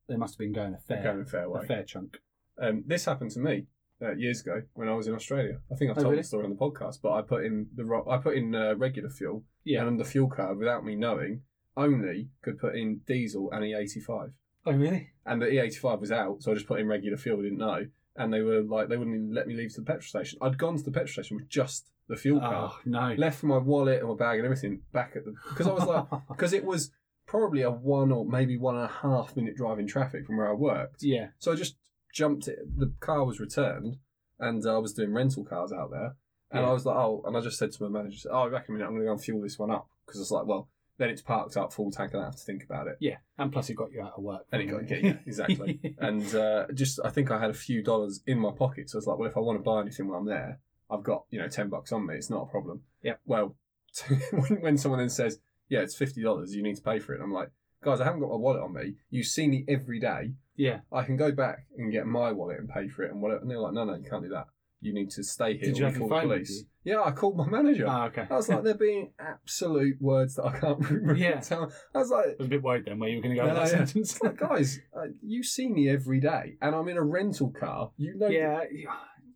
they must have been going a
They're
fair,
going a fair way.
a fair chunk.
Um, this happened to me uh, years ago when I was in Australia. I think I've
Oh,
told
really?
the story on the podcast, but I put in the ro- I put in uh, regular fuel
Yeah.
and on the fuel card without me knowing only could put in diesel and E85.
oh really?
And the E85 was out, so I just put in regular fuel. Didn't know, and they were like they wouldn't even let me leave to the petrol station. I'd gone to the petrol station with just the fuel card.
Oh no.
Left my wallet and my bag and everything back at the because I was like because it was probably a one or maybe one and a half minute drive in traffic from where I worked.
yeah.
So I just jumped. It. The car was returned, and I was doing rental cars out there. And
Yeah.
I was like, oh, and I just said to my manager, oh, I reckon a minute, I'm going to go and fuel this one up because it's like, well, then it's parked up full tank, and I have to think about it.
Yeah, and plus it got you out of work.
And it got yeah, yeah, exactly. and uh, just I think I had a few dollars in my pocket, so I was like, well, if I want to buy anything while I'm there, I've got you know ten bucks on me. It's not a problem.
Yep.
Well, when, when someone then says, yeah, it's fifty dollars, you need to pay for it. I'm like, guys, I haven't got my wallet on me. You see me every day.
yeah,
I can go back and get my wallet and pay for it and whatever. And they're like, no, no, you can't do that. You need to stay here.
Did you
or we
have
call
your
the
phone with
police. Yeah, I called my manager.
Ah, okay.
I was like, they're being absolute words that I can't remember.
Yeah.
Tell- I was like,
I was a bit worried then where you were going to go
No,
with that
yeah.
sentence.
like guys, uh, you see me every day, and I'm in a rental car. You know,
yeah,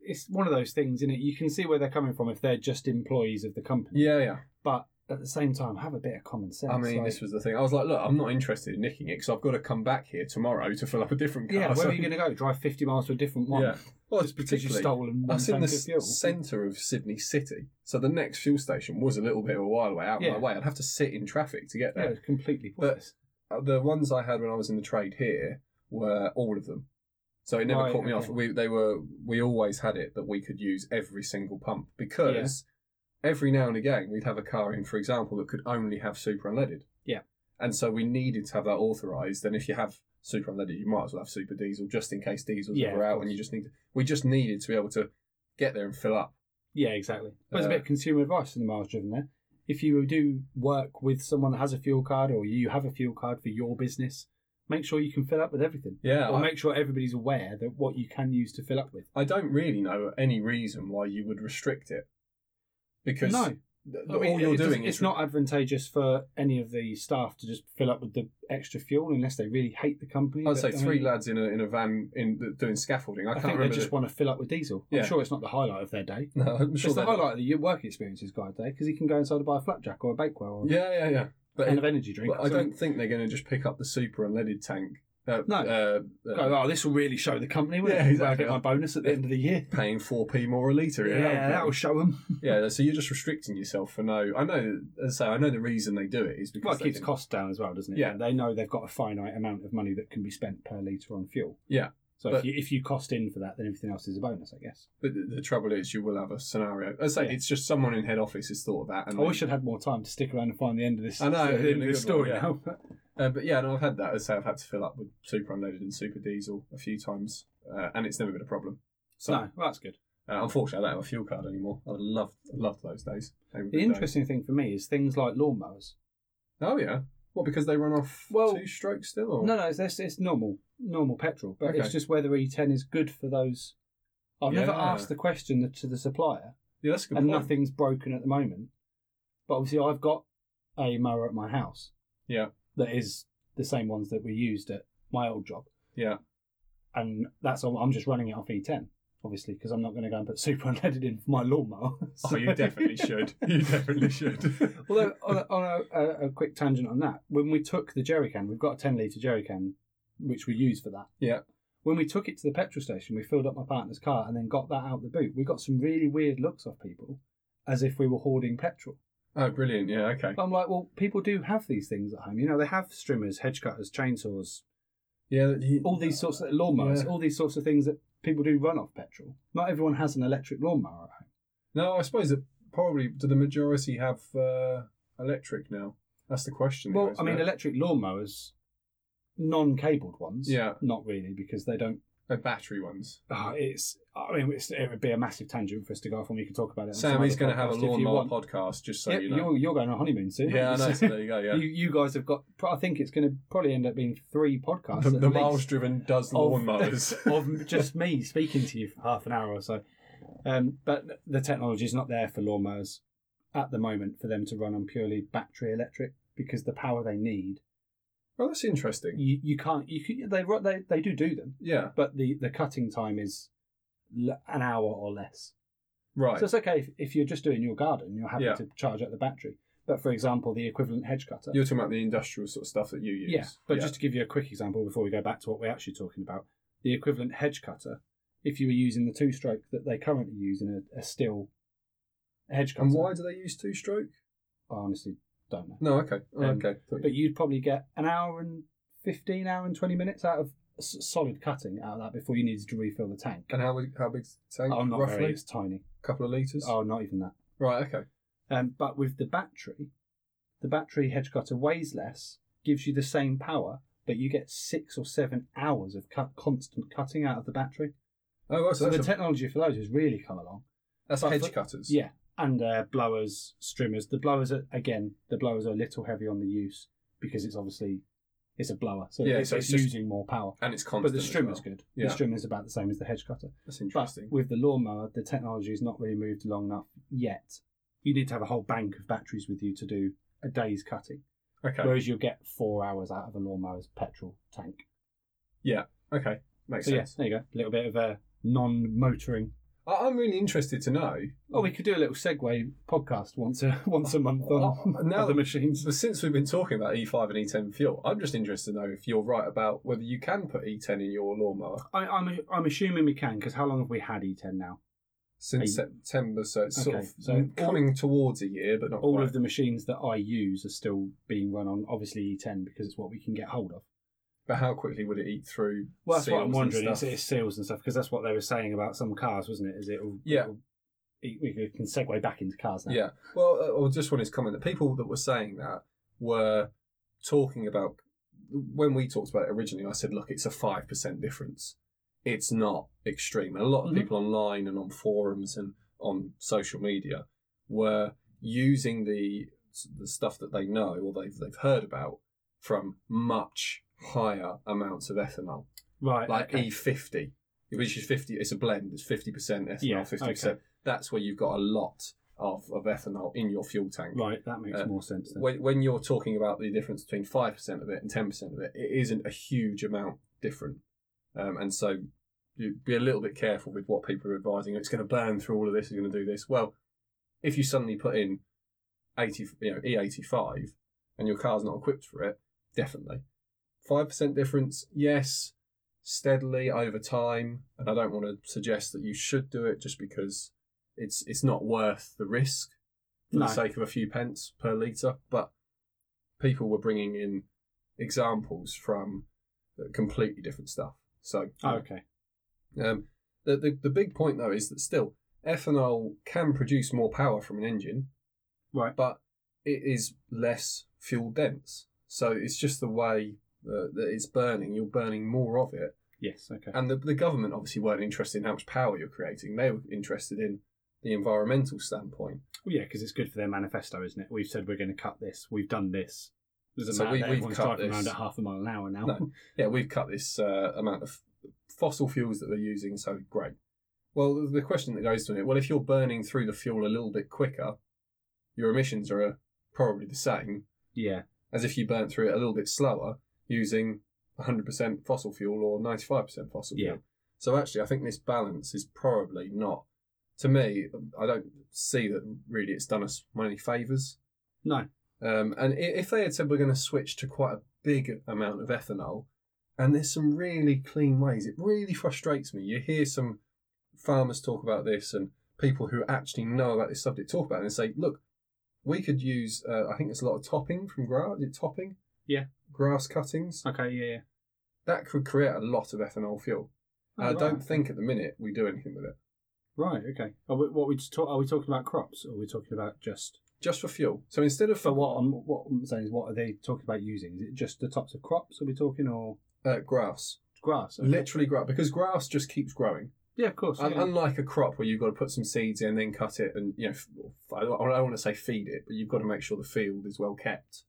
it's one of those things, isn't it? You can see where they're coming from if they're just employees of the company.
yeah, yeah.
But at the same time, have a bit of common sense.
I mean,
like-
this was the thing. I was like, look, I'm not interested in nicking it because I've got to come back here tomorrow to fill up a different car.
yeah, where
So-
are you going to go? Drive 50 miles to a different one?
Yeah. Well, it's
Just because you
particularly.
stolen one
That's in
tank
the
of fuel.
s- centre of Sydney City, so the next fuel station was a little bit of a while away out of
Yeah.
my way. I'd have to sit in traffic to get
Yeah,
there.
it's completely
But-
pointless.
Uh, The ones I had when I was in the trade here were all of them, so it never
Right,
caught me off.
okay.
We they were we always had it that we could use every single pump because every now and again we'd have a car in, for example, that could only have super unleaded.
Yeah.
and so we needed to have that authorised. And if you have super unleaded, you might as well have super diesel just in case diesels
Yeah,
ever
of
out,
course.
and you just need. To, we just needed to be able to get there and fill up.
Yeah, exactly. There's a
Uh,
bit of consumer advice in the miles driven there. If you do work with someone that has a fuel card or you have a fuel card for your business, make sure you can fill up with everything.
Yeah,
Or
I,
make sure everybody's aware that what you can use to fill up with.
I don't really know any reason why you would restrict it because
no,
th- th-
I mean,
all
it
you're
doesn't-
doing is
it's not advantageous for any of the staff to just fill up with the extra fuel unless they really hate the company.
I'd
but,
say
I
three
mean,
lads in a in a van in th- doing scaffolding. I,
I,
can't
think they
remember.
just
the-
want to fill up with diesel.
Yeah.
I'm sure it's not the highlight of their day.
no, I'm sure
it's the
they're not.
highlight of the work experiences guy day because he can go inside and buy a flapjack or a bakewell or
Yeah, yeah, yeah.
a
But,
can
it-
of energy drink.
but
or
I
something.
don't think they're going to just pick up the super unleaded tank. Uh,
No.
Uh, uh,
Go, oh, this will really show the company won't
Yeah,
it? Where
exactly.
I get my bonus at the end of the year.
paying four p more a litre.
Yeah, that'll show them.
yeah. So you're just restricting yourself for no. I know. As I say, I know the reason they do it is because
Well, it
they
keeps
think-
costs down as well, doesn't it?
Yeah.
They know they've got a finite amount of money that can be spent per litre on fuel.
Yeah.
So
But-
if, you, if you cost in for that, then everything else is a bonus, I guess.
But the, the trouble is, you will have a scenario. As I say,
Yeah.
it's just someone in head office has thought of that. And
I
they-
wish I'd had more time to stick around and find the end of this,
Mm. I know,
the
it'd
end
been
of
a
this
good one,
story
yeah.
now.
Uh, but yeah, no, I've had that. As I say, I've had to fill up with super unloaded and super diesel a few times, uh, and it's never been a problem. So
no, well, that's good.
uh, unfortunately, I don't have a fuel card anymore. I loved loved those days. They were
The
good
interesting thing for me is things like lawnmowers.
days. Oh yeah. What because they run off
Well-
two strokes still? Or?
No, no, it's, it's, it's normal, normal petrol, but
Okay.
it's just whether E10 is good for those. I've never
Yeah.
asked the question to the supplier.
yeah, that's a good
and
point.
nothing's broken at the moment. But obviously, I've got a mower at my house
Yeah,
that is the same ones that we used at my old job,
yeah,
and that's all. I'm just running it off E10, obviously, because I'm not going to go and put super unleaded in for my lawnmower.
Oh, you
So-
definitely should. You definitely should.
Although on, a, on a, a, a quick tangent on that, when we took the jerry can, we've got a 10 litre jerry can, which we use for that.
Yeah.
When we took it to the petrol station, we filled up my partner's car and then got that out the boot. We got some really weird looks off people as if we were hoarding petrol.
Oh, brilliant. Yeah, okay.
But I'm like, well, people do have these things at home. You know, they have trimmers, hedge cutters, chainsaws,
Yeah, you-
all these sorts of lawnmowers,
Yeah.
all these sorts of things that people do run off petrol. Not everyone has an electric lawnmower at home.
No, I suppose that probably do the majority have uh, electric now? That's the question.
Well,
isn't
I mean,
it?
electric lawnmowers, non-cabled ones.
Yeah.
Not really, because they don't.
They're Oh, battery ones.
ah, it's. I mean, it's, it would be a massive tangent for us to go off, and we could talk about it. on some
Sam is
other
going to have a
podcast if you
lawnmower
want.
podcast, just so
yeah,
you know.
are you're going on honeymoon soon.
yeah, I
aren't
know.
you?
So there you go. Yeah,
You, you guys have got. I think it's going to probably end up being three podcasts.
the,
at
the
least.
miles driven does
Oh.
lawnmowers.
of just me speaking to you for half an hour or so. Um, but the technology is not there for lawnmowers at the moment for them to run on purely battery electric because the power they need
well, Oh, that's interesting.
you, you can't you can, they ru- they they do do them
Yeah,
but the the cutting time is l- an hour or less
right.
so it's okay if, if you're just doing your garden you're happy
Yeah.
to charge up the battery but for example the equivalent hedge cutter
You're talking about the industrial sort of stuff that you use.
Yeah, but just to give you a quick example before we go back to what we're actually talking about, the equivalent hedge cutter, if you were using the two stroke that they currently use in a, a still hedge cutter,
and why do they use two stroke?
I honestly don't know.
No, okay, Oh,
Um,
okay. Thought
But
you-
you'd probably get an hour and 15, hour and 20 minutes out of s- solid cutting out of that before you needed to refill the tank.
and how big- how big's the tank?
oh, not
roughly
very, it's tiny.
a couple of liters.
Oh, not even that.
Right. Okay.
Um, but with the battery, the battery hedge cutter weighs less, gives you the same power, but you get six or seven hours of cut, constant cutting out of the battery.
Oh, well, so,
So the
that's, a,
technology for those has really come along.
that's
but
hedge
for-
cutters.
Yeah, and uh, blowers, strimmers. The blowers are again, the blowers are a little heavy on the use because it's obviously it's a blower, so
Yeah,
it's,
so
it's
it's just
using more power.
and it's
But
constant.
the
as
strimmer's
well.
good.
Yeah.
The strimmer's about the same as the hedge cutter.
That's
But
interesting.
with the lawnmower, the technology has not really moved along enough yet. You need to have a whole bank of batteries with you to do a day's cutting,
okay.
whereas you'll get four hours out of a lawnmower's petrol tank.
Yeah. Okay. Makes
so
sense.
yeah, there you go. A little bit of a non-motoring
I- I'm really interested to know.
Oh, we could do a little segue podcast once a once a month on
Oh, now
on the
that-
machines.
So since we've been talking about E5 and E10 fuel, I'm just interested to know if you're right about whether you can put E10 in your lawnmower
I, I'm I'm assuming we can because how long have we had E10 now?
since
Eight.
September. So it's sort
Okay,
of
so all-
coming towards a year, but not
All
quite.
of the machines that I use are still being run on obviously E10 because it's what we can get hold of.
But how quickly would it eat through?
Well, that's what
seals
I'm
and
wondering. It's,
stuff?
it's seals and stuff because that's what they were saying about some cars, wasn't it? Is it? will
Yeah.
we can segue back into cars now.
Yeah. Well, uh, I just wanted to comment that people that were saying that were talking about when we talked about it originally. I said, look, it's a five percent difference. It's not extreme. And a lot of
Mhm.
people online and on forums and on social media were using the the stuff that they know or they've they've heard about from much higher amounts of ethanol,
Right.
like e-
okay.
E50, which is 50. It's a blend. It's 50% ethanol,
Yeah,
50%.
okay.
That's where you've got a lot of, of ethanol in your fuel tank.
Right. That makes
Uh,
more sense. Then.
When, when you're talking about the difference between 5% of it and 10% of it, it isn't a huge amount different. Um, and so you be a little bit careful with what people are advising. It's going to burn through all of this, it's going to do this. Well, if you suddenly put in 80, you know, E E85 and your car's not equipped for it, definitely. 5% difference, yes, steadily over time. And I don't want to suggest that you should do it just because it's it's not worth the risk for
No.
the sake of a few pence per litre. But people were bringing in examples from uh, completely different stuff. So
Oh, okay.
um, the, the the big point though is that still ethanol can produce more power from an engine,
Right.
but it is less fuel dense. So it's just the way uh, that it's burning. You're burning more of it,
Yes. Okay.
and the the government obviously weren't interested in how much power you're creating. They were interested in the environmental standpoint.
Well, yeah, because it's good for their manifesto, isn't it? We've said we're going to cut this. We've done this. Doesn't
So
matter
we-
that
we've
everyone's
cut
driving
this.
around at half a mile an hour now.
No. Yeah, we've cut this uh, amount of fossil fuels that we're using, so great. Well, the- the question that goes to it, well, if you're burning through the fuel a little bit quicker, your emissions are uh, probably the same
yeah,
as if you burnt through it a little bit slower using 100% fossil fuel or 95% fossil
Yeah.
fuel. So actually, I think this balance is probably not. To me, I don't see that really it's done us many favours.
no,
Um, and i- if they had said we're going to switch to quite a big amount of ethanol and there's some really clean ways. It really frustrates me. You hear some farmers talk about this and people who actually know about this subject talk about it and say, look, we could use, uh, I think there's a lot of topping from grass. Is it topping?
Yeah.
Grass cuttings.
Okay, yeah, yeah.
That could create a lot of ethanol fuel. And I don't think at the minute we do anything with it.
Right. Okay. Are we, what we just talk, are we talking about crops? Or are we talking about just?
Just for fuel. So instead of
So what I'm what I'm saying is, what are they talking about using? Is it just the tops of crops? Are we talking or
uh, grass,
grass? Okay.
literally grass, because grass just keeps growing.
Yeah, of course.
Un-
yeah.
Unlike a crop where you've got to put some seeds in, then cut it, and you know, f- I don't I don't want to say feed it, but you've got to make sure the field is well kept.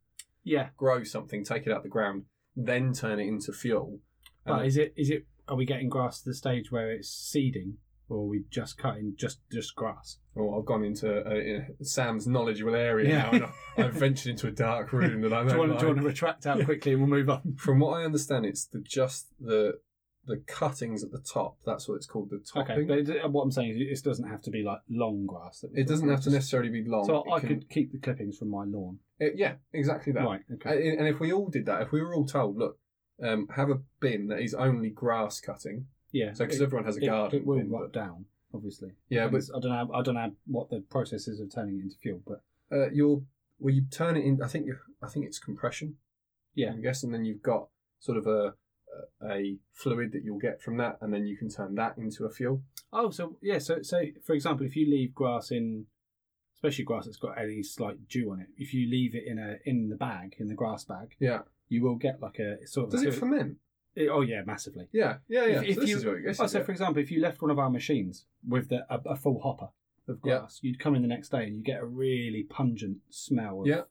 yeah.
Grow something, take it out the ground, then turn it into fuel. And
But is it is it are we getting grass to the stage where it's seeding, or are we just cutting just just grass?
Well, I've gone into uh, uh, Sam's knowledgeable area
Yeah.
now, and I- I've ventured into a dark room that I
do, you
don't
want, do
like.
you want to retract out quickly and we'll move on?
From what I understand, it's the just the the cuttings at the top. That's what it's called, the topping.
Okay, but it- what I'm saying is, it doesn't have to be like long grass. That we're
it doesn't
talking
have to
about.
necessarily be long.
So
It
I
can-
could keep the clippings from my lawn.
it- yeah, exactly that.
Right. Okay.
And and if we all did that, if we were all told, look, um, have a bin that is only grass cutting,
yeah.
so because
it-
everyone has a
it-
garden
It will
bin,
rot
but,
down, obviously.
yeah,
And
but
it's- I don't know. I don't know what the process is of turning it into fuel, but
uh, you're well, you turn it in. I think you I think it's compression.
Yeah.
I'm guessing then you've got sort of a a fluid that you'll get from that, and then you can turn that into a fuel.
oh, so yeah. So so for example, if you leave grass in, especially grass that's got any slight dew on it, if you leave it in a in the bag in the grass bag,
Yeah.
you will get like a sort of.
Does it ferment?
it- oh yeah, massively.
Yeah, yeah, yeah.
If- if
so this
you-
is where it goes.
Oh, so for example, if you left one of our machines with the, a, a full hopper of
Yeah.
grass, you'd come in the next day and you get a really pungent smell of
Yeah.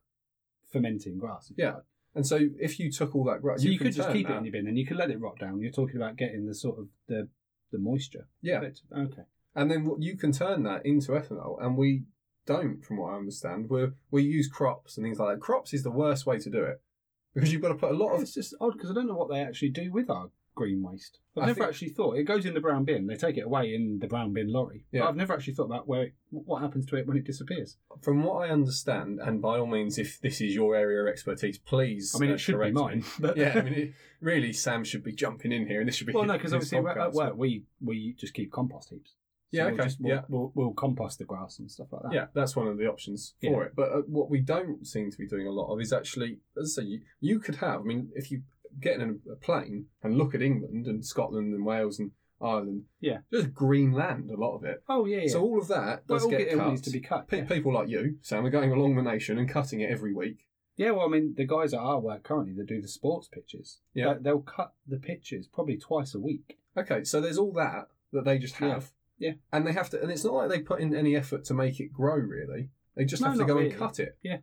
fermenting grass. if you
Yeah.
like.
and so if you took all that grass,
So you, could
can
just
turn
keep it
that-
in your bin and you could let it rot down. You're talking about getting the sort of the the moisture.
Yeah,
But- Okay.
and then what- you can turn that into ethanol, and we don't, from what I understand. We we use crops and things like that. Crops is the worst way to do it because you've got to put a lot of
It's just odd because I don't know what they actually do with our green waste. I've
I
never
think-
actually thought. It goes in the brown bin. They take it away in the brown bin lorry. But
Yeah.
I've never actually thought about where it, what happens to it when it disappears.
From what I understand, and by all means, if this is your area of expertise, please.
I mean,
uh,
it should be
correct me.
mine. But
yeah, I mean, it, really, Sam should be jumping in here, and this should be.
Well, no, because
his
obviously we're- at
podcast.
work we we just keep compost heaps.
Yeah,
we'll
okay,
Just, we'll,
yeah.
We'll, we'll compost the grass and stuff like that.
Yeah, that's one of the options for
Yeah.
it. But uh, what we don't seem to be doing a lot of is actually, as I say, you, you could have. I mean, if you get in a, a plane and look at England and Scotland and Wales and Ireland,
Yeah.
just green land, a lot of it.
Oh yeah. yeah.
So all of that
Well,
does
all
get
get- it all
cut.
needs to be cut.
Pe-
yeah.
People like you, Sam, are going along the nation and cutting it every week.
Yeah, Well, I mean, the guys at our work currently that do the sports pitches.
Yeah.
they, will cut the pitches probably twice a week.
Okay, so there's all that that they just
Yeah.
have.
Yeah.
And they have to, and it's not like they put in any effort to make it grow. Really, they just
No,
have to
not
go
really.
and cut it.
Yeah.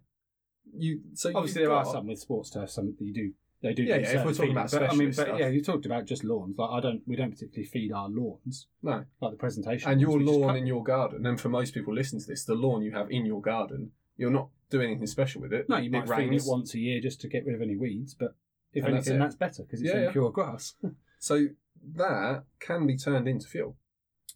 You so
Obviously,
you've
there are
got-
some with sports turf. Some that you do. They do.
Yeah,
do
yeah, if
certain
we're talking
feeding,
about
but, I mean,
specialist
but
stuff.
yeah, you talked about just lawns. Like I don't, we don't particularly feed our lawns
No,
like the presentation.
and your
ones, we just
lawn
cut
in your garden, and for most people listening to this, the lawn you have in your garden, you're not doing anything special with it.
No, you might
it
feed it
rains.
once a year just to get rid of any weeds, but if
And that's
anything,
it.
that's, better 'cause better because it's
Yeah,
then
yeah.
pure grass.
So that can be turned into fuel.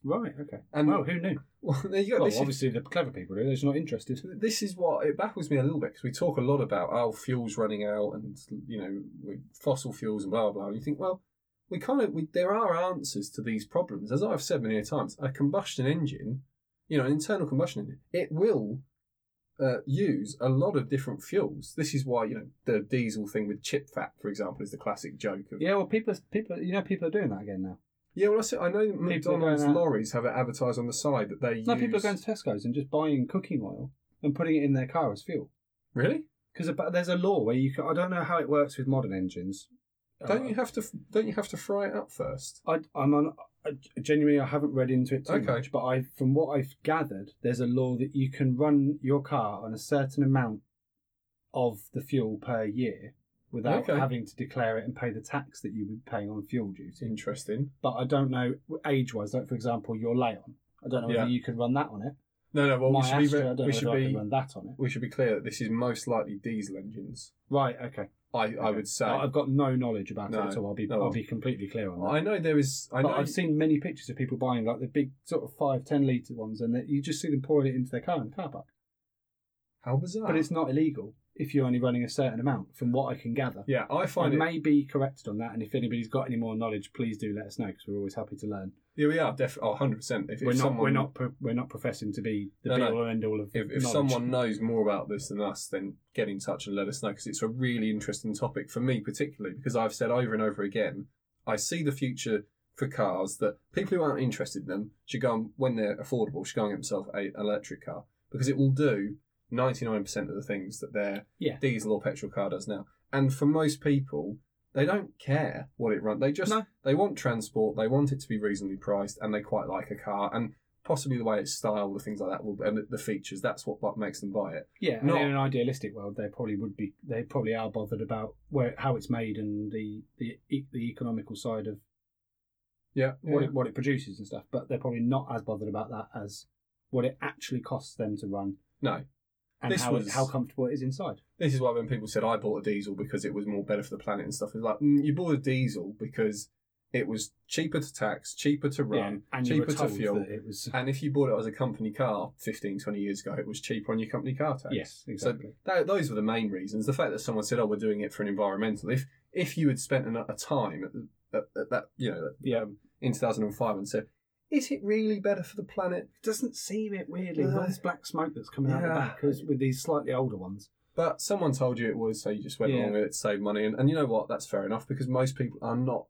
right. Okay.
And-
well, who knew?
Well, there you go.
Well,
this, is,
obviously the clever people do. They're just not interested.
this is what it baffles me a little bit because we talk a lot about oh fuels running out and you know we- fossil fuels and blah blah. And you think well. We kind of we, there are answers to these problems, as I've said many times. A combustion engine, you know, an internal combustion engine, it will uh, use a lot of different fuels. This is why you know the diesel thing with chip fat, for example, is the classic joke of
Yeah. Well, people, people, you know, people are doing that again now.
Yeah, well, I, see, I know McDonald's
going out-
lorries have it advertised on the side that they
No,
use.
people are going to Tesco's and just buying cooking oil and putting it in their car as fuel.
Really?
Because there's a law where you, can, I don't know how it works with modern engines. Uh,
Don't you have to? Don't you have to fry it up first?
I, I'm on. I, genuinely, I haven't read into it too
Okay.
much, but I, from what I've gathered, there's a law that you can run your car on a certain amount of the fuel per year without
Okay.
having to declare it and pay the tax that you would be paying on fuel duty.
Interesting.
But I don't know age-wise. Like for example, your Leon. I don't know
Yeah.
whether you could run that on it.
No, no. Well,
My
we should
Astra,
be.
I
ve-
don't
We
know
should
whether I could
be.
run that on it.
We should be clear that this is most likely diesel engines.
Right. Okay.
I, I
Okay.
would say.
I- I've got no knowledge about
No,
it, so I'll be
no.
I'll be completely clear on that.
I know there is. I know.
but I've seen many pictures of people buying like the big sort of five, ten litre ones, and that you just see them pouring it into their car in the car park.
how bizarre.
But it's not illegal. if you're only running a certain amount, from what I can gather.
Yeah, I find
I
it.
may be corrected on that, and if anybody's got any more knowledge, please do let us know because we're always happy to learn.
Yeah, we are definitely. Oh, 100%. If,
we're
if
not
someone,
we're not pro- we're not professing to be the
No,
be
no.
all and end all of
If, if
knowledge.
someone knows more about this than us, then get in touch and let us know because it's a really interesting topic for me, particularly because I've said over and over again, I see the future for cars that people who aren't interested in them should go and, when they're affordable, should go and get themselves a, an electric car because it will do 99% of the things that their
Yeah.
diesel or petrol car does now. And for most people, they don't care what it runs. They just
No.
they want transport, they want it to be reasonably priced, and they quite like a car. And possibly the way it's styled, the things like that, will, and the- the features. That's what bu- makes them buy it.
yeah, and
not-
in an idealistic world, they probably would be they probably are bothered about where how it's made and the the e- the economical side of
Yeah,
what it what it produces and stuff. But they're probably not as bothered about that as what it actually costs them to run
no.
and
This
how
was-
how comfortable it is inside.
This is why when people said I bought a diesel because it was more better for the planet and stuff, it's like mm, you bought a diesel because it was cheaper to tax, cheaper to run,
and you were
cheaper to
told
fuel.
that it was
And if you bought it as a company car 15, 20 years ago, it was cheaper on your company car tax.
yes exactly.
So tho- those were the main reasons. The fact that someone said, "Oh, we're doing it for an environmental." If if you had spent an, a time at, the- at, at that, you know,
Yeah.
um, in two thousand and five, and said, "Is it really better for the planet?"
It doesn't seem it weirdly.
No.
All this black smoke that's coming out the
Yeah.
back is- with these slightly older ones.
But someone told you it was, so you just went
Yeah.
along with it to save money. And, and you know what? That's fair enough because most people are not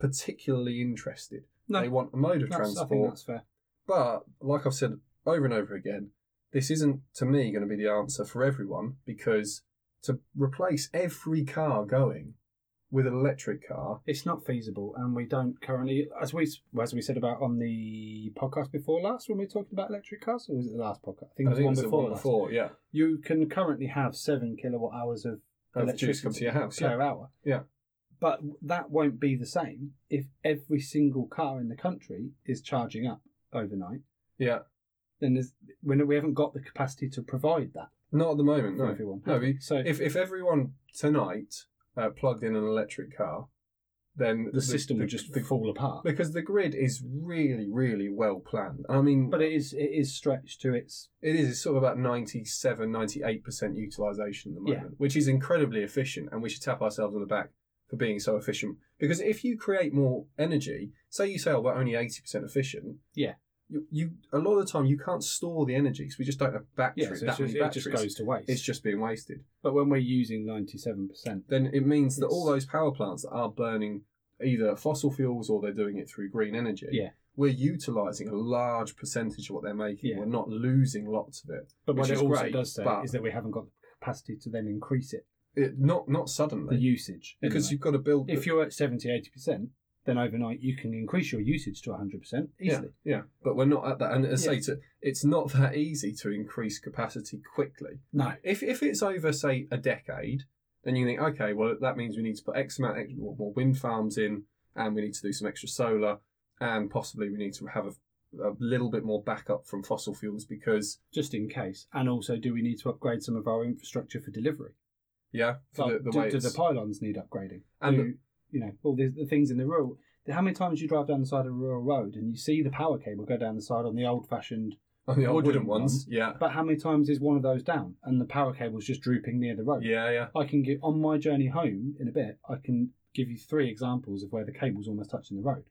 particularly interested.
No.
They want a mode of
That's, I think
transport
that's fair.
But like I've said over and over again, this isn't to me going to be the answer for everyone because to replace every car going with an electric car,
It's not feasible, and we don't currently, as we as we said about on the podcast before last, when we were talking about electric cars, or was it the last podcast? I think it was the one
it's the
before.
one
last.
before, yeah,
You can currently have seven kilowatt hours of
of juice
electricity
come to your house, yeah,
per hour,
yeah,
but that won't be the same if every single car in the country is charging up overnight.
yeah.
Then there's, we we haven't got the capacity to provide that.
Not at the moment, no.
For everyone.
No, we-
So-
if if everyone tonight uh, plugged in an electric car, then
The, system would just fall apart.
because the grid is really, really well planned. I mean,
But it is it is stretched to its
It is. It's sort of about 97, 98% utilisation at the
Yeah.
moment, which is incredibly efficient. And we should tap ourselves on the back for being so efficient. Because if you create more energy, say you say, oh, we're only 80% efficient.
Yeah.
You, you a lot of the time you can't store the energy because we just don't have batteries.
yeah. So
that
it's just,
many
it
batteries.
just goes to waste.
It's just being wasted.
But when we're using 97%,
Then it means that all
It's-
those power plants that are burning either fossil fuels or they're doing it through green energy.
Yeah.
We're utilising a large percentage of what they're making.
Yeah.
We're not losing lots of it.
but
Which
what it
is
also
great,
does say
but-
is that we haven't got the capacity to then increase it,
It, not not
the
suddenly.
usage.
because
anyway.
you've got to build.
if you're at 70, 80%, then overnight you can increase your usage to 100% easily.
yeah, yeah, but we're not at that. And as I
Yeah.
say, to, it's not that easy to increase capacity quickly.
No.
If if it's over say a decade, then you think, okay, well that means we need to put X amount ex- more more wind farms in, and we need to do some extra solar, and possibly we need to have a, a little bit more backup from fossil fuels because
Just in case. And also, do we need to upgrade some of our infrastructure for delivery?
yeah, for
Like,
the, the
do,
way
do the
it's-
pylons need upgrading?
And
do,
the-
you know, all the, the things in the rural. How many times you drive down the side of a rural road and you see the power cable go down the side on the old fashioned
on the old
wooden
wooden ones,
ones.
yeah,
But how many times is one of those down and the power cable's just drooping near the road?
yeah, yeah.
I can give on my journey home in a bit. I can give you three examples of where the cable's almost touching the road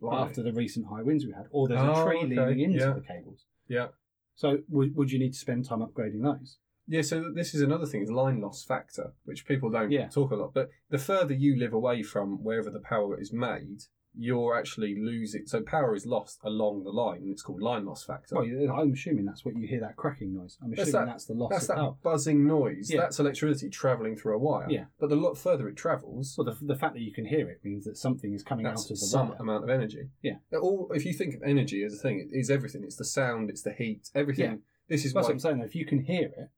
Blimey.
after the recent high winds we had, or there's a
Oh,
tree
okay,
leaning into
yeah.
the cables.
yeah.
So would would you need to spend time upgrading those?
Yeah, so this is another thing, is line loss factor, which people don't
Yeah.
talk a lot. But the further you live away from wherever the power is made, you're actually losing. So power is lost along the line, and it's called line loss factor.
Well, you- I'm assuming that's what you hear that cracking noise. I'm
That's
assuming
that-
that's the loss
that's
of
that
power.
buzzing noise.
Yeah.
That's electricity traveling through a wire.
Yeah.
But the lot further it travels,
So the, the fact that you can hear it means that something is coming out of the
that's some
wire.
amount of energy.
Yeah.
All if you think of energy as a thing, it is everything. It's the sound, it's the heat, everything.
Yeah.
This is
That's what
why
I'm saying. though. If you can hear it,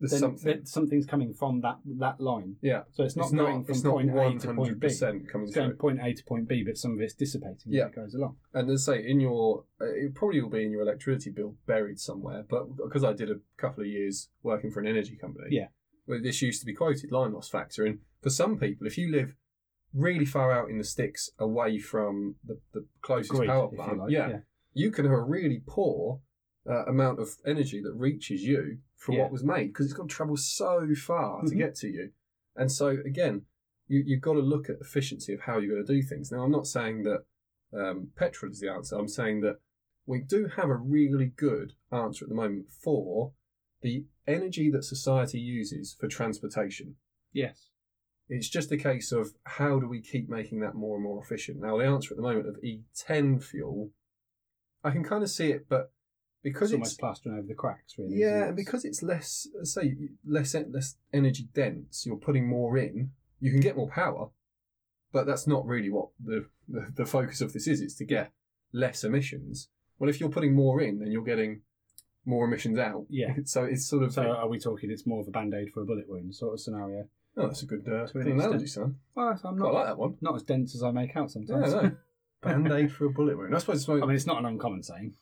there's
then,
something.
then something's coming from that that line.
yeah.
So it's not
it's
going
not.
from
It's not
point A
one
to point
hundred
B.
percent coming
It's
through.
going point A to point B, but some of it's dissipating
Yeah.
as it goes along.
And as I say, in your, uh, it probably will be in your electricity bill buried somewhere, but because I did a couple of years working for an energy company,
Yeah.
well, this used to be quoted line loss factor. And for some people, if you live really far out in the sticks away from the, the closest
Grid,
power
if you
plant,
like,
yeah, you can have a really poor uh, amount of energy that reaches you from
Yeah.
what was made because it's going to travel so far to
Mhm.
get to you. And so again, you, you've got to look at efficiency of how you're going to do things. Now, I'm not saying that um, petrol is the answer. I'm saying that we do have a really good answer at the moment for the energy that society uses for transportation.
Yes.
It's just a case of how do we keep making that more and more efficient? Now, the answer at the moment of E10 fuel, I can kind of see it, but because
It's
it's,
almost plastering over the cracks, really. isn't
yeah,
it?
and because it's less, say, less en- less energy dense, you're putting more in, you can get more power, but that's not really what the the, the focus of this is. It's to get less emissions. Well, if you're putting more in, then you're getting more emissions out.
Yeah.
So it's sort of
So are we talking it's more of a band aid for a bullet wound sort of scenario?
oh, that's a good uh,
To an
analogy,
extent.
son.
Well, I'm
Quite
not
like that one.
not as dense as I make out
Yeah,
sometimes.
no. Band aid for a bullet wound. I suppose. It's
I mean, it's not an uncommon saying,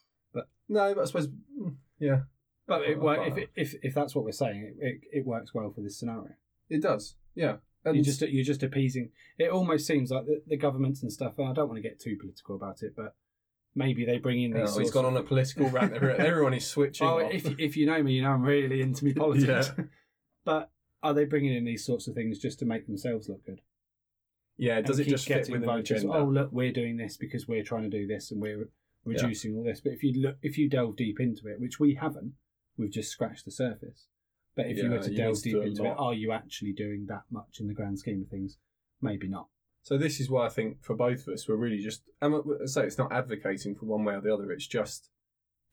no, but I suppose. mm, Yeah,
but it,
Oh,
well,
wow.
if, it- if if that's what we're saying, it, it, it works well for this scenario.
it does. Yeah,
you're just you're just appeasing. It almost seems like the, the governments and stuff. And I don't want to get too political about it, but maybe they bring in these.
Oh, he's
sorts
gone
of-
on a political rant. Everyone- Everyone is switching.
Oh,
off.
if if you know me, you know I'm really into me politics.
Yeah.
But are they bringing in these sorts of things just to make themselves look good?
Yeah, does it
And keep
just fit
getting
with an
voters,
agenda?
Oh, look, we're doing this because we're trying to do this and we're reducing all this. But if you look, if you delve deep into it, which we haven't, we've just scratched the surface. But if you
Yeah,
were to
you
delve
need to
deep
do a
into
lot.
it, are you actually doing that much in the grand scheme of things? Maybe not.
So this is why I think for both of us, we're really just. I'm not- I say it's not advocating for one way or the other. It's just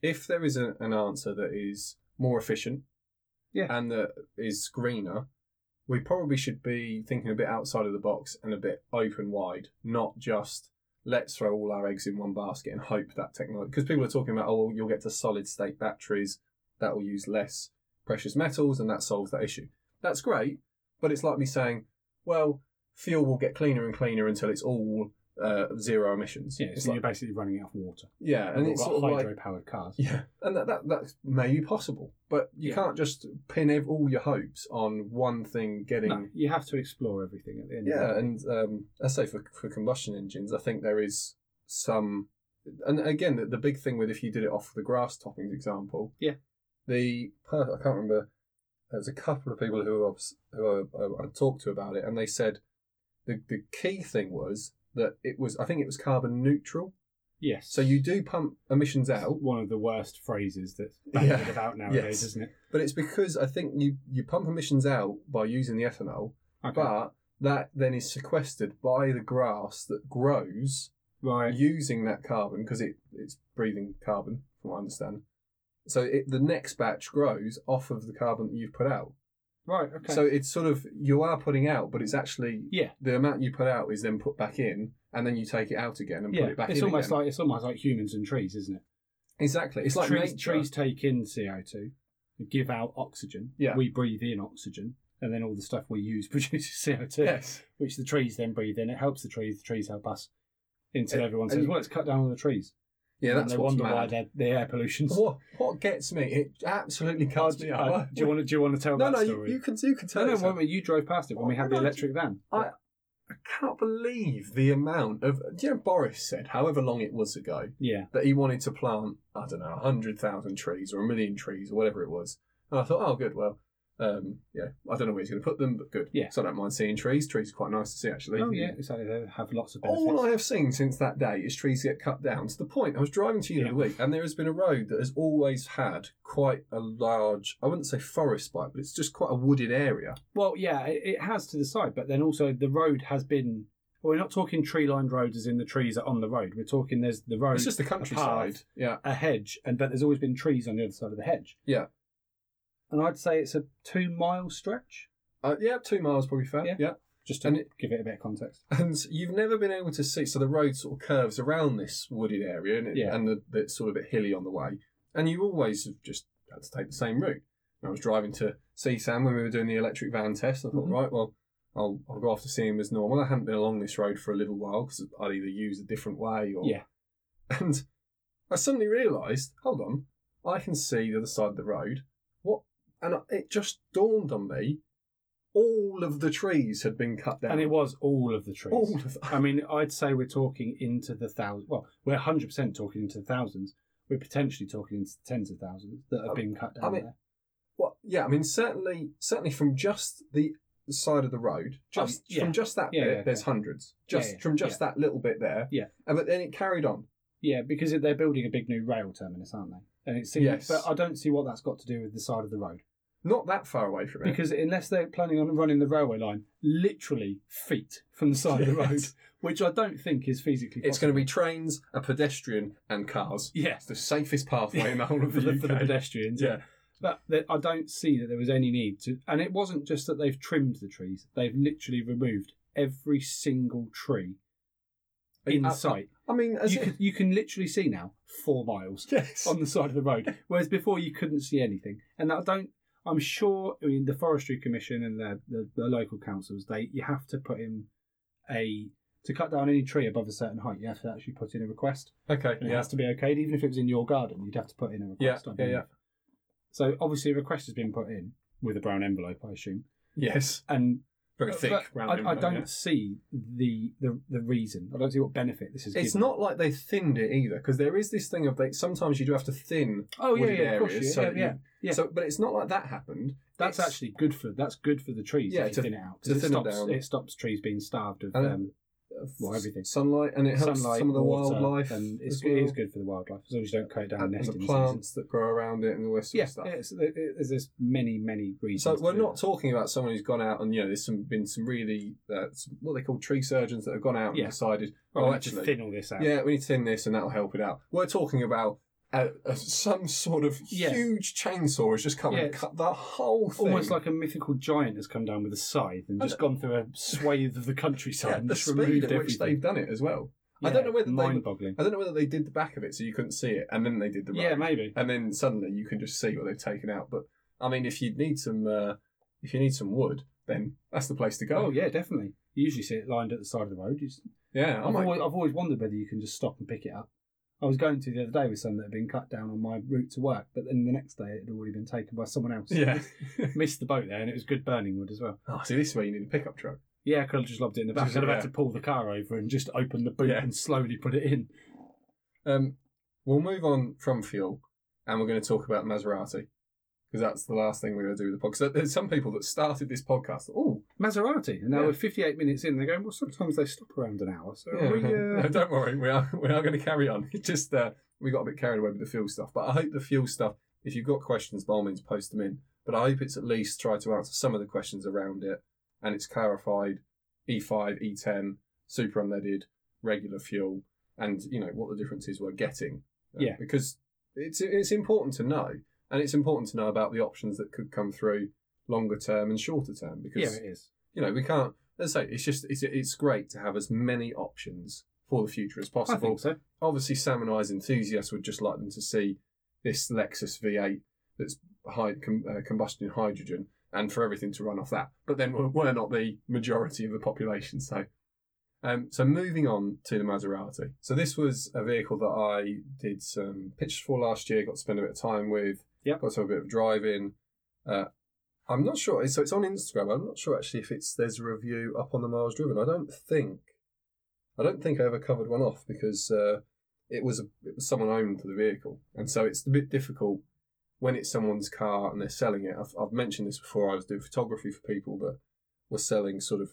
if there is a, an answer that is more efficient,
Yeah.
and that is greener, we probably should be thinking a bit outside of the box and a bit open wide, not just let's throw all our eggs in one basket and hope that technology. Because people are talking about, oh, you'll get to solid state batteries that will use less precious metals, and that solves that issue. That's great, but it's like me saying, well, fuel will get cleaner and cleaner until it's all uh, zero emissions.
Yeah,
It's
so
like-
you're basically running out of water.
yeah,
And
and
we've
it's
got
sort of like
hydro-powered cars.
yeah, and that, that that's maybe possible, but you
Yeah.
can't just pin ev- all your hopes on one thing getting.
No, you have to explore everything at the end. of
Yeah,
the day.
and um, I say for for combustion engines, I think there is some, and again the, the big thing with if you did it off the grass toppings example,
Yeah.
the per- I can't remember. There was a couple of people who obs- who uh, I, I, I talked to about it, and they said the the key thing was that it was I think it was carbon neutral,
yes.
so you do pump emissions out.
one of the worst phrases that's
Yeah.
bandied about nowadays,
Yes.
isn't it?
But it's because I think you, you pump emissions out by using the ethanol,
Okay.
but that then is sequestered by the grass that grows
right.
using that carbon because it, it's breathing carbon, from what I understand. So it, the next batch grows off of the carbon that you've put out.
Right. Okay.
So it's sort of you are putting out, but it's actually
yeah.
the amount you put out is then put back in, and then you take it out again and
Yeah.
put it back
It's
in.
almost
again.
like it's almost like humans and trees, isn't it?
exactly. It's like
trees,
nature.
trees take in CO two, give out oxygen.
Yeah.
We breathe in oxygen, and then all the stuff we use produces CO two,
Yes.
which the trees then breathe in. It helps the trees. The trees help us. Until
And-
everyone
and
says,
you-
"Well, let's cut down all the trees."
Yeah,
and
that's
they
what's
wonder why
mad.
their, the air pollution's.
What what gets me? It absolutely cuts me
Uh,
up.
do you want to? Do you want to tell
No,
that
no,
story?
you, you can you can
no,
tell.
no,
us.
wait, wait, you drove past it when we had the
Oh, no,
electric van.
I- I cannot believe the amount of. Do you know Boris said, however long it was ago,
yeah,
that he wanted to plant I don't know hundred thousand trees or a million trees or whatever it was. And I thought, oh, good, well, um, yeah, I don't know where he's going to put them, but good.
Yeah.
So I don't mind seeing trees. Trees are quite nice to see actually.
oh yeah, exactly. They have lots of benefits.
All I have seen since that day is trees get cut down to the point. I was driving to you the
Yeah.
other week, and there has been a road that has always had quite a large, I wouldn't say forest bike, but it's just quite a wooded area.
Well, yeah, it, it has to the side, but then also the road has been. Well, we're not talking tree-lined roads as in the trees are on the road. We're talking there's the road,
It's just the countryside. Yeah.
a hedge, and but there's always been trees on the other side of the hedge.
Yeah.
And I'd say it's a two-mile stretch,
Uh, yeah, two miles probably fair.
Yeah.
yeah.
just to
And it-
give it a bit of context.
And you've never been able to see. So the road sort of curves around this wooded area, and, it,
Yeah.
and the, the it's sort of a bit hilly on the way. And you always have just had to take the same route. And I was driving to see Sam when we were doing the electric van test. I thought,
Mhm.
right, well, I'll, I'll go off to see him as normal. I hadn't been along this road for a little while because I'd either use a different way or.
Yeah.
And I suddenly realised, hold on, I can see the other side of the road. What? And it just dawned on me, all of the trees had been cut down.
And it was all of the trees.
all of them.
I mean, I'd say we're talking into the thousands. Well, we're 100% talking into the thousands. we're potentially talking into tens of thousands that have
I-
been
Um,
cut
I
down
mean,
there.
Well, yeah, I mean, certainly, certainly from just the side of the road, just
Um, yeah.
from just that
Yeah,
bit,
yeah,
there's
yeah.
hundreds. Just
yeah,
from just that little bit there.
Yeah.
Uh, but then it carried on.
Yeah, because they're building a big new rail terminus, aren't they? And it seems,
Yes.
but I don't see what that's got to do with the side of the road.
Not that far away from it.
Because unless they're planning on running the railway line literally feet from the side of the road,
Yes.
which I don't think is physically possible.
it's going to be trains, a pedestrian, and cars.
yeah
It's the safest pathway in the whole of
for
the
the, for the
UK.
pedestrians.
yeah.
But that I don't see that there was any need to, and it wasn't just that they've trimmed the trees; they've literally removed every single tree in
Uh,
sight.
I mean, as
You
it-
can, you can literally see now four miles
yes.
on the side of the road, whereas before you couldn't see anything. And I don't. I'm sure. I mean, the forestry commission and the, the, the local councils. They you have to put in a to cut down any tree above a certain height. You have to actually put in a request,
okay.
and it
Yeah.
has to be okayed, even if it was in your garden. You'd have to put in a
Yeah.
request. I
Yeah.
believe.
yeah.
So obviously, a request has been put in with a brown envelope, I assume,
Yes.
and
Very
but
thick. round
I, I
envelope,
don't
yeah.
see the, the the reason. I don't see what benefit this is.
It's
given.
not like they thinned it either, because there is this thing of they sometimes you do have to thin.
Oh yeah,
wooded
yeah, of course,
areas,
yeah,
so
yeah,
that
yeah.
you- So, but it's not like that happened.
That's
It's-
actually good for that's good for the trees.
Yeah,
if you
to-
thin it out
to
'cause it
thin 'em
stops
down.
it stops trees being starved of
And it
um, well, everything.
sunlight, and it helps
sunlight,
some of the
water,
wildlife,
and it's,
as well.
it is good for the wildlife as long as you don't cut it down
and, and
nesting
the
seasons.
plants that grow around it and all this sort
Yeah,
of stuff.
it's, it- it- there's many many reasons.
So
to
we're
do
not
that.
talking about someone who's gone out and you know there's some been some really uh, some, what they call tree surgeons that have gone out
Yeah.
and decided
Well,
oh
let's just
actually
thin all this out.
yeah we need to thin this and that'll help it out. We're talking about uh, uh, some sort of
Yeah.
huge chainsaw has just come
Yeah,
and
it's
cut the whole thing.
Almost like a mythical giant has come down with a scythe and just gone through a swathe of the countryside
yeah,
and
the
just
speed at
removed
which
everything.
they've done it as well. I don't know whether they-
mind-boggling.
I don't know whether they did the back of it so you couldn't see it and then they did the
yeah,
road.
maybe.
and then suddenly you can just see what they've taken out. But I mean, if you need some, uh, if you need some wood, then that's the place to
Oh
go.
yeah, definitely. You usually see it lined at the side of the road. You just-
yeah. I
I've,
might-
always, I've always wondered whether you can just stop and pick it up. I was going to the other day with some that had been cut down on my route to work, but then the next day it had already been taken by someone else.
yeah.
Missed the boat there, and it was good burning wood as well.
oh, see, this is where you need a pickup truck.
Yeah, I could have just lobbed it in the back.
Just-
I'd have
yeah.
had to pull the car over and just open the boot
Yeah.
and slowly put it in.
Um, we'll move on from fuel, and we're going to talk about Maserati because that's the last thing we're going to do with the podcast. So There's some people that started this podcast. Oh,
Maserati, and now
Yeah.
we're 58 minutes in. They're going, well, sometimes they stop around an hour. So
yeah.
we, uh,
No, don't worry, we are we are going to carry on. It's just uh, we got a bit carried away with the fuel stuff, but I hope the fuel stuff. If you've got questions, by all means, post them in. But I hope it's at least try to answer some of the questions around it, and it's clarified. E E5, E10, super unleaded, regular fuel, and you know what the differences we're getting. Uh,
Yeah.
because it's it's important to know, and it's important to know about the options that could come through longer term and shorter term
yeah,
because
it is.
you know, we can't. Let's say it's just it's it's great to have as many options for the future as
I
possible.
think so.
Obviously, Sam and I's enthusiasts would just like them to see this Lexus V8 that's high com, uh, combustion in hydrogen, and for everything to run off that. But then we're, we're not the majority of the population, so. Um, so moving on to the Maserati. So this was a vehicle that I did some pictures for last year. Got to spend a bit of time with.
Yep.
Got to have a bit of driving. Uh, I'm not sure. So it's on Instagram. I'm not sure actually if it's there's a review up on the miles driven. I don't think. I don't think I ever covered one off because uh, it was a, it was someone owned the vehicle, and so it's a bit difficult when it's someone's car and they're selling it. I've, I've mentioned this before. I was doing photography for people that were selling sort of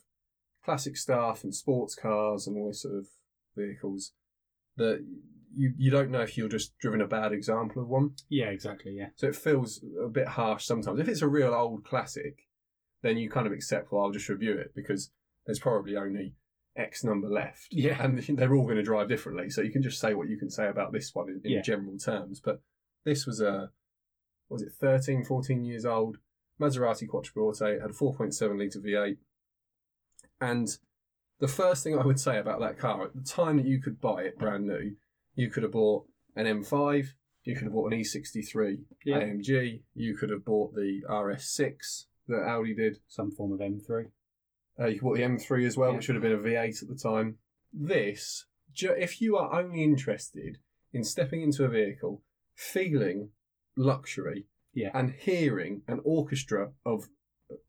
classic stuff and sports cars and all this sort of vehicles that you you don't know if you're just driven a bad example of one.
Yeah, exactly. Yeah.
So it feels a bit harsh sometimes. If it's a real old classic, then you kind of accept, well, I'll just review it because there's probably only X number left.
Yeah.
And they're all going to drive differently. So you can just say what you can say about this one in, in
Yeah.
general terms. But this was a, what was it 13, 14 years old Maserati Quattroporte. It had a 4.7 litre V8. And the first thing I would say about that car, at the time that you could buy it brand new, you could have bought an M5, you could have bought an E E63
Yeah.
AMG. You could have bought the RS6 that Audi did.
Some form of M3.
Uh, you could bought the M3 as well,
Yeah.
which would have been a V8 at the time. This, ju- if you are only interested in stepping into a vehicle, feeling luxury,
Yeah.
and hearing an orchestra of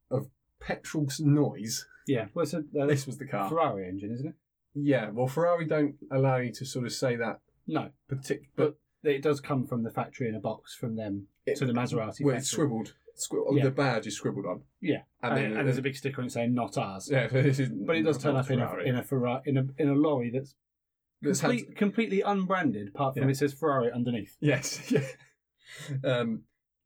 of petrol's noise,
Yeah. Well, it's a, uh,
this was the car.
Ferrari engine, isn't it?
Yeah, well, Ferrari don't allow you to sort of say that
No.
particular,
But-
but
it does come from the factory in a box from them
It-
to the Maserati.
Where
factory.
it's scribbled, scrib- oh,
Yeah.
the badge is scribbled on.
Yeah,
And
and,
then-
and there's a big sticker on it saying "Not ours."
Yeah, but, this is
But it does turn up in a
Ferrari.
in a Ferrari in a in a lorry that's
That's had-
complete, completely unbranded, apart from
Yeah.
it says Ferrari underneath.
Yes, yeah. Um,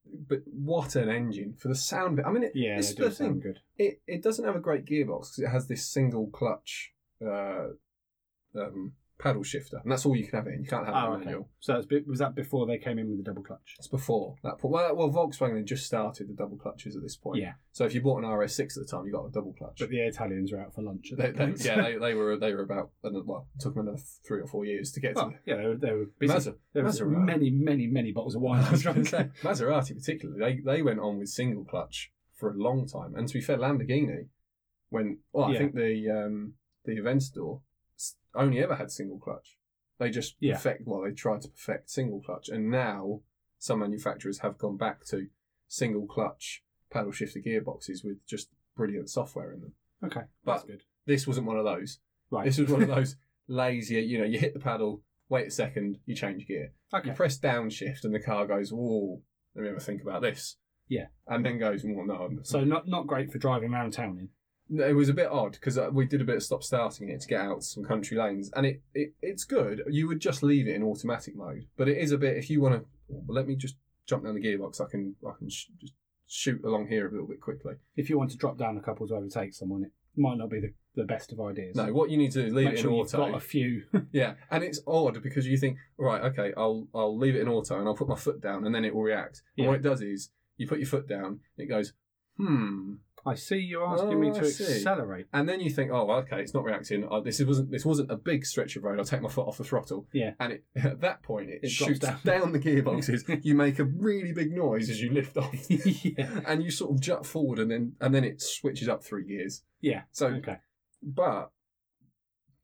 but what an engine for the sound. Bit. I mean, it,
Yeah,
this
they
is
do
the
sound
thing.
good.
It it doesn't have a great gearbox because it has this single clutch uh, um, paddle shifter, and that's all you can have it in. You can't have
Oh,
it in
okay.
manual.
So that's, be- was that before they came in with the double clutch?
It's before that point. Well, well, Volkswagen had just started the double clutches at this point.
Yeah,
So if you bought an RS6 at the time, you got a double clutch.
but the Italians were out for lunch. At
They,
that
they,
point.
yeah, they, they were they were about well, it took them another three or four years to get
Well,
to.
yeah, they were, they were busy.
Maser-
there was
Maserati.
many, many, many bottles of wine.
I was going to
drunk.
say, Maserati particularly, they, they went on with single clutch for a long time. And to be fair, Lamborghini, when well, I
Yeah.
think the um, the Aventador s- only ever had single clutch. They just
Yeah.
perfect. Well, they tried to perfect single clutch, and now some manufacturers have gone back to single clutch paddle shifter gearboxes with just brilliant software in them.
Okay,
But-
that's good.
This wasn't one of those.
Right,
This was one of those lazy. You know, you hit the paddle, wait a second, you change gear. You
okay.
press downshift and the car goes, whoa, let me ever think about this.
Yeah.
And then goes, well, no. I'm-"
So not not great for driving around town in.
No, it was a bit odd because we did a bit of stop starting it to get out some country lanes and it, it it's good. You would just leave it in automatic mode, but it is a bit, if you want to, let me just jump down the gearbox, I can, I can sh- just shoot along here a little bit quickly.
If you want to drop down a couple to overtake someone, it might not be the, the best of ideas.
No, what you need to do is leave
Make
it in
sure you've
auto.
got a few.
Yeah, and it's odd because you think, right, okay, I'll I'll leave it in auto and I'll put my foot down and then it will react. And what
Yeah.
it does is you put your foot down, it goes, hmm,
I see you're asking me
Oh,
to
I see.
accelerate.
and then you think, oh, well, okay, it's not reacting. Oh, this wasn't this wasn't a big stretch of road. I'll take my foot off the throttle.
Yeah.
And it, at that point, it,
It
shoots down.
drops down.
the gearboxes. you make a really big noise as you lift off,
yeah.
and you sort of jut forward, and then and then it switches up three gears.
Yeah.
So,
Okay.
but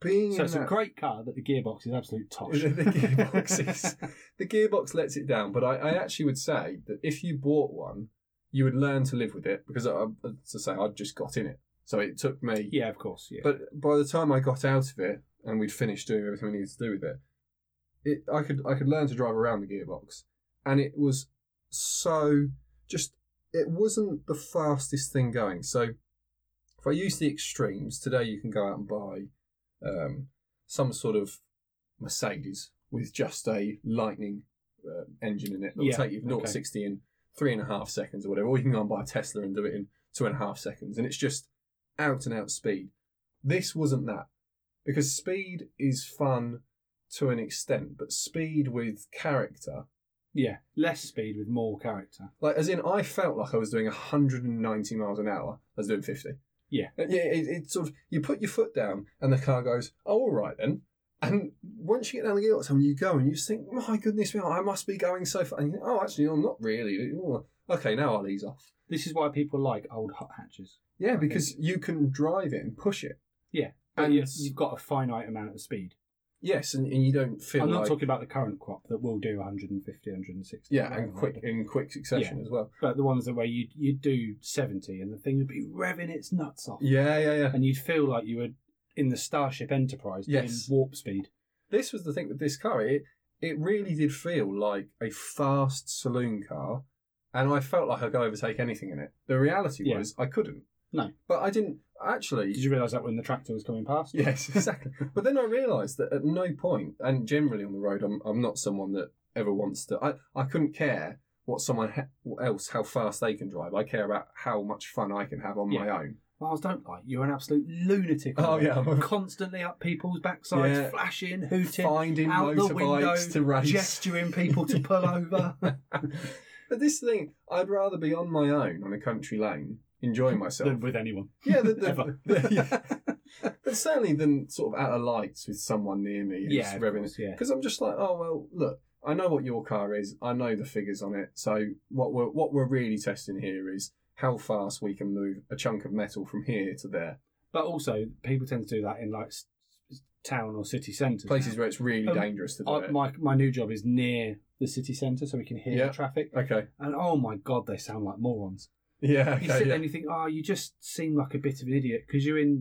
being
So
in
it's a
that-
great car, but the gearbox is absolute tosh.
The gearbox is- the gearbox lets it down, but I, I actually would say that if you bought one, you would learn to live with it because, I, as I say, I just got in it, so it took me.
yeah, of course. Yeah.
But by the time I got out of it and we'd finished doing everything we needed to do with it, it I could I could learn to drive around the gearbox, and it was so just it wasn't the fastest thing going. So if I use the extremes today, you can go out and buy um, some sort of Mercedes with just a Lightning uh, engine in it that'll
Yeah,
take you 0
okay.
to sixty in three and a half seconds or whatever, or you can go and buy a Tesla and do it in two and a half seconds, and it's just out and out speed. This wasn't that because speed is fun to an extent, but speed with character.
yeah, less speed with more character.
Like, as in, I felt like I was doing 190 miles an hour. I was doing 50.
Yeah.
Uh, Yeah, it, it's sort of, you put your foot down and the car goes, oh, all right then. And once you get down the gearbox and you go and you just think, my goodness, me, I must be going so far. And you think, oh, actually, I'm not really. Oh, Okay, now I'll ease off.
This is why people like old hot hatches.
Yeah, because you can drive it and push it.
Yeah.
And-
And you- you've got a finite amount of speed.
Yes, and, and you don't feel
I'm not
like.
talking about the current crop that will do 150, 160.
yeah, and
whatever.
quick in quick succession as well.
But the ones that where you you do 70 and the thing would be revving its nuts off.
Yeah, yeah, yeah.
And you'd feel like you were in the Starship Enterprise
Yes.
doing warp speed.
this was the thing with this car. It it really did feel like a fast saloon car, and I felt like I could overtake anything in it. The reality
Yeah.
was I couldn't.
No.
but I didn't actually.
Did you realise that when the tractor was coming past?
Yes, exactly. but then I realised that at no point, and generally on the road, I'm I'm not someone that ever wants to. I I couldn't care what someone ha- what else how fast they can drive. I care about how much fun I can have on my
Yeah.
own.
Miles, don't lie. You're an absolute lunatic.
Oh,
Ollie.
yeah, I'm a-
Constantly up people's backsides,
Yeah.
flashing, hooting,
Finding
out the window,
motorbikes to race.
gesturing people to pull over.
but this thing, I'd rather be on my own on a country lane, enjoying myself.
Than with anyone.
yeah, the, the,
Ever.
the- yeah. but certainly than sort of out of lights with someone near me. Who's
Yeah, of
revving
course, yeah.
Because I'm just like, oh well, look, I know what your car is. I know the figures on it. So what we're what we're really testing here is how fast we can move a chunk of metal from here to there,
But also, people tend to do that in like s- s- town or city centres.
places where it's really
Um,
dangerous to do
I,
it.
my my new job is near the city centre, so we can hear
Yeah.
the traffic.
okay.
And oh my god, they sound like morons.
Yeah.
You
Okay,
sit there
yeah.
and you think, oh, you just seem like a bit of an idiot because you're in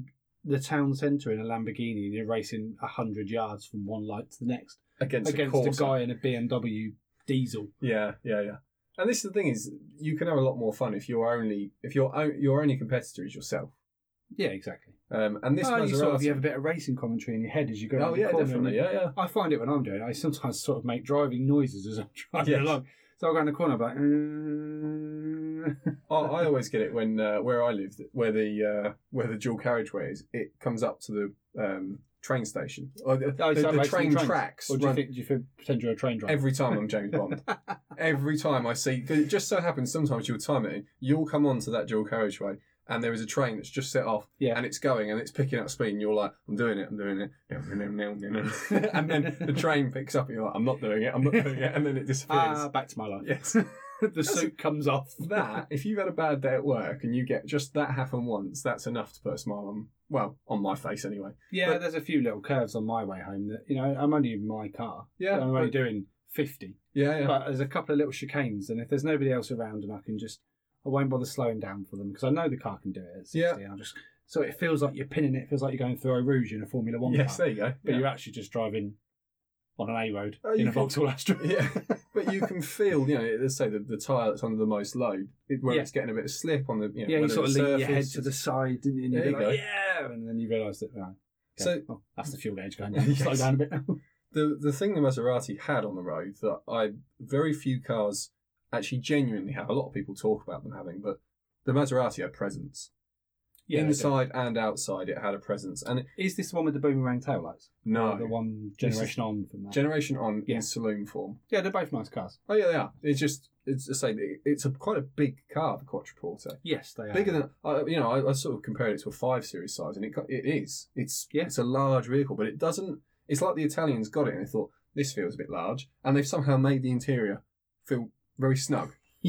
the town centre in a Lamborghini and you're racing hundred yards from one light to the next.
against,
against
a,
a
Corsa.
guy in a BMW diesel.
Yeah, yeah, yeah. And this is the thing is, you can have a lot more fun if you're only if your o- your only competitor is yourself.
Yeah, exactly.
Um, and this
Well, Oh, you sort of
Maserati,
you have a bit of racing commentary in your head as you go.
oh
around the
yeah,
corner.
definitely, yeah, yeah.
I find it when I'm doing it. I sometimes sort of make driving noises as I'm driving
Yes.
along. So I'll go in the corner, I'm like, "Mm."
I, I always get it when uh, where I live, where the uh, where the dual carriageway is, it comes up to the um, train station or the,
Oh,
the,
is that
the
racing
train
trains?
tracks.
Or do you,
run-
think, do you feel, pretend you're a train driver?
Every time I'm James Bond, every time I see, 'cause it just so happens sometimes you'll time it. You'll come onto that dual carriageway, and there is a train that's just set off,
Yeah.
and it's going and it's picking up speed, and you're like, "I'm doing it, I'm doing it," and then the train picks up, and you're like, "I'm not doing it, I'm not doing it," and then it disappears.
Ah, back to my life.
yes,
the suit comes off.
that if you've had a bad day at work and you get just that happen once, that's enough to put a smile on, well, on my face anyway.
Yeah,
But-
there's a few little curves on my way home that you know I'm only in my car.
Yeah,
I'm only
but-
doing fifty,
Yeah, yeah.
but there's a couple of little chicanes, and if there's nobody else around, and I can just, I won't bother slowing down for them because I know the car can do it at sixty.
Yeah.
And I just so it feels like you're pinning it. Feels like you're going through a Rouge in a Formula One
yes,
car,
there you go.
but
Yeah.
you're actually just driving on an A road
Oh, you
in a
can-
Vauxhall Astra.
yeah, but you can feel, you know, let's say the, the tire that's under the most load, it, where
Yeah.
it's getting a bit of slip on the, you know,
Yeah, you
whether
sort of
it's
lean your head
surface-
to the side, didn't you? And
There
you're
you
like, yeah, and then you realise that. Right,
So-
oh, that's the fuel gauge going down. Slow
Yes.
down a bit.
the the thing the Maserati had on the road that I very few cars actually genuinely have. A lot of people talk about them having, but the Maserati had presence
yeah, okay.
inside and outside. It had a presence, and it,
Is this the one with the boomerang taillights?
no
the one
This is-
generation on from that.
generation on
Yeah.
in saloon form.
yeah, they're both nice cars.
Oh yeah, they are. It's just it's the same. It- It's a quite a big car, the Quattroporte.
Yes, they are.
Bigger than I, you know, I, I sort of compared it to a five series size, and it co- it is. It's
Yeah.
it's a large vehicle, but it doesn't. It's like the Italians got it and they thought this feels a bit large, and they've somehow made the interior feel very snug.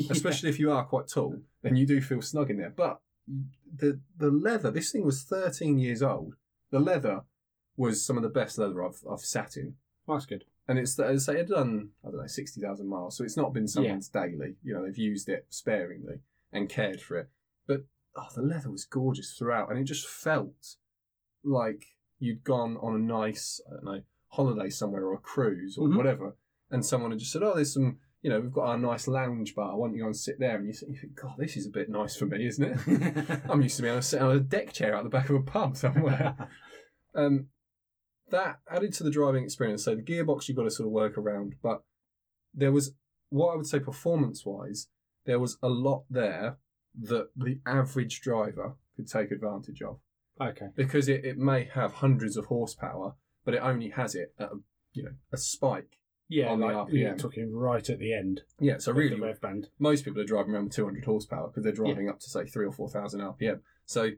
Especially if you are quite tall, then you do feel snug in there. But the the leather, this thing was 13 years old. The leather was some of the best leather I've I've sat in
That's good.
and it's as I say, it done I don't know sixty thousand miles, so it's not been someone's daily. You know, they've used it sparingly and cared for it. But oh, the leather was gorgeous throughout, and it just felt like you'd gone on a nice I don't know holiday somewhere or a cruise or
Mhm.
whatever, and someone had just said, "Oh, there's some." You know, we've got our nice lounge bar. Why don't you go and sit there? And you think, you think, God, this is a bit nice for me, isn't it? I'm used to being able to sit on a deck chair out the back of a pub somewhere. Um, that added to the driving experience. So the gearbox you've got to sort of work around, but there was what I would say performance wise, there was a lot there that the average driver could take advantage of
okay.
because it, it may have hundreds of horsepower, but it only has it at a, you know a spike.
Yeah,
On the
like
RPM.
you're talking right at the end.
Yeah, so
of
really
the rev band.
most people are driving around with 200 horsepower because they're driving up to say three or four thousand RPM. So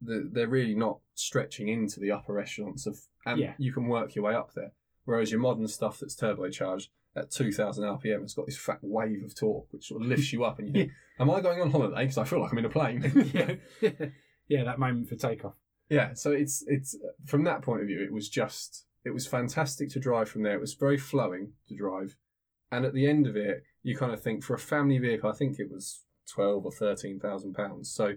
the, they're really not stretching into the upper echelons of, and
Yeah.
you can work your way up there. Whereas your modern stuff that's turbocharged at 2000 RPM has got this fat wave of torque which sort of lifts you up, and you think, "Am I going on holiday? Because I feel like I'm in a plane."
yeah. yeah, that moment for takeoff.
Yeah, so it's it's uh, from that point of view, it was just it was fantastic to drive from there. It was very flowing to drive, and at the end of it, you kind of think for a family vehicle, I think it was twelve or thirteen thousand pounds. So,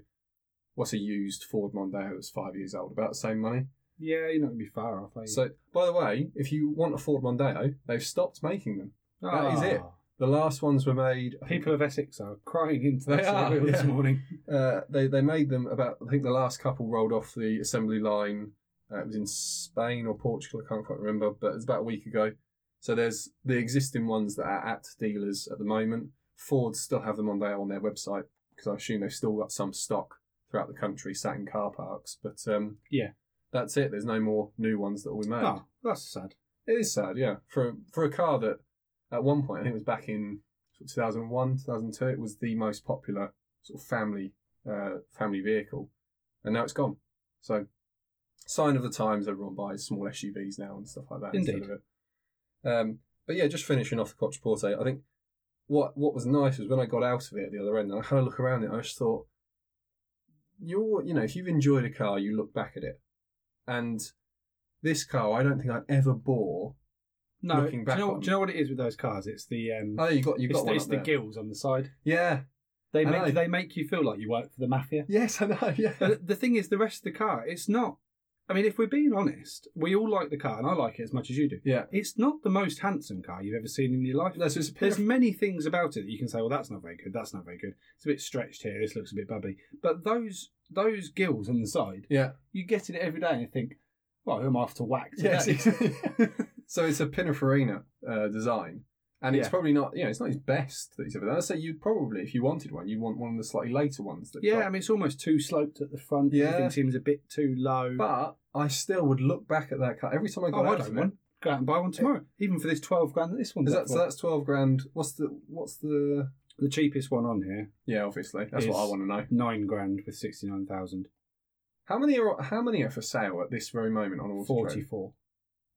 what's a used Ford Mondeo that's five years old? About the same money.
Yeah, you're not going to be far off, are you?
So, by the way, if you want a Ford Mondeo, they've stopped making them. that is it.
Ah.
The last ones were made. I think,
People of Essex are crying into
They
the
are,
cereal this
yeah.
morning.
Uh, they they made them about. I think the last couple rolled off the assembly line. Uh, it was in Spain or Portugal. I can't quite remember, but it's about a week ago. So there's the existing ones that are at dealers at the moment. Ford still have them on their on their website because I assume they've still got some stock throughout the country, sat in car parks. But um,
Yeah.
that's it. There's no more new ones that will be made.
Oh, that's sad.
It is sad, yeah. For for a car that at one point I think it was back in 2001, 2002, it was the most popular sort of family uh, family vehicle, and now it's gone. So, sign of the times. Everyone buys small SUVs now and stuff like that
Indeed.
instead of it. Um, but yeah, just finishing off the Quattroporte, I think what what was nice was when I got out of it at the other end and I had a look around it. I just thought, you're you know, if you've enjoyed a car, you look back at it, and this car, I don't think I'd ever bore.
No,
Looking
do,
back
you know,
on-
do you know what it is with those cars? It's the um,
Oh, you got you
it's,
got
the,
one
it's
up
the
there.
gills on the side.
Yeah.
They
I
make
know.
they make you feel like you work for the mafia.
Yes, I know. Yeah.
But the thing is, the rest of the car, it's not I mean, if we're being honest, we all like the car, and I like it as much as you do.
Yeah.
It's not the most handsome car you've ever seen in your life.
No, so it's a
There's
Pinafore.
many things about it that you can say, well, that's not very good. That's not very good. It's a bit stretched here. This looks a bit bubbly. But those those gills on the side,
Yeah.
you get in it every day and you think, well, who am I off to whack today?
Yes. so it's a Pininfarina uh, design, and it's
Yeah.
probably not. You know, it's not his best that he's ever done. I'd say you probably, if you wanted one, you want one of the slightly later ones. That
yeah, I mean, it's almost too sloped at the front.
Yeah.
Everything seems a bit too low.
but I still would look back at that car every time I got
oh, I
out
don't
of
want. Go out and buy one tomorrow. Even for this 12 grand that this
it.
one's
Is
up
that, so
for.
that's twelve grand. What's the what's the?
The cheapest one on here,
Yeah, obviously that's what
Is-
I want to know.
9 grand with 69,000.
How many are how many are for sale at this very moment on Auto Trader?
44.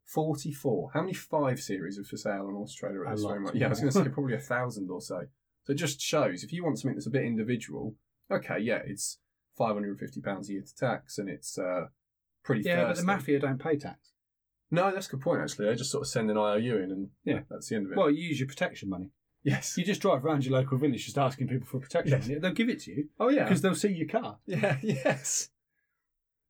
Forty four. How many five series are for sale on Auto Trader
A
at this very
lot.
moment? Yeah, I was going to say probably a thousand or so. So it just shows if you want something that's a bit individual. Okay, yeah, it's five hundred and fifty pounds a year to tax, and it's uh, pretty.
Yeah, but
thirsty.
the Mafia don't pay tax.
No, that's a good point. Actually, they just sort of send an IOU in, and
Yeah.
that's the end of it.
Well, you use your protection money.
yes.
You just drive around your local village just asking people for protection.
Yes.
money. They'll give it to you
oh yeah.
because they'll see your car.
Yeah, yes.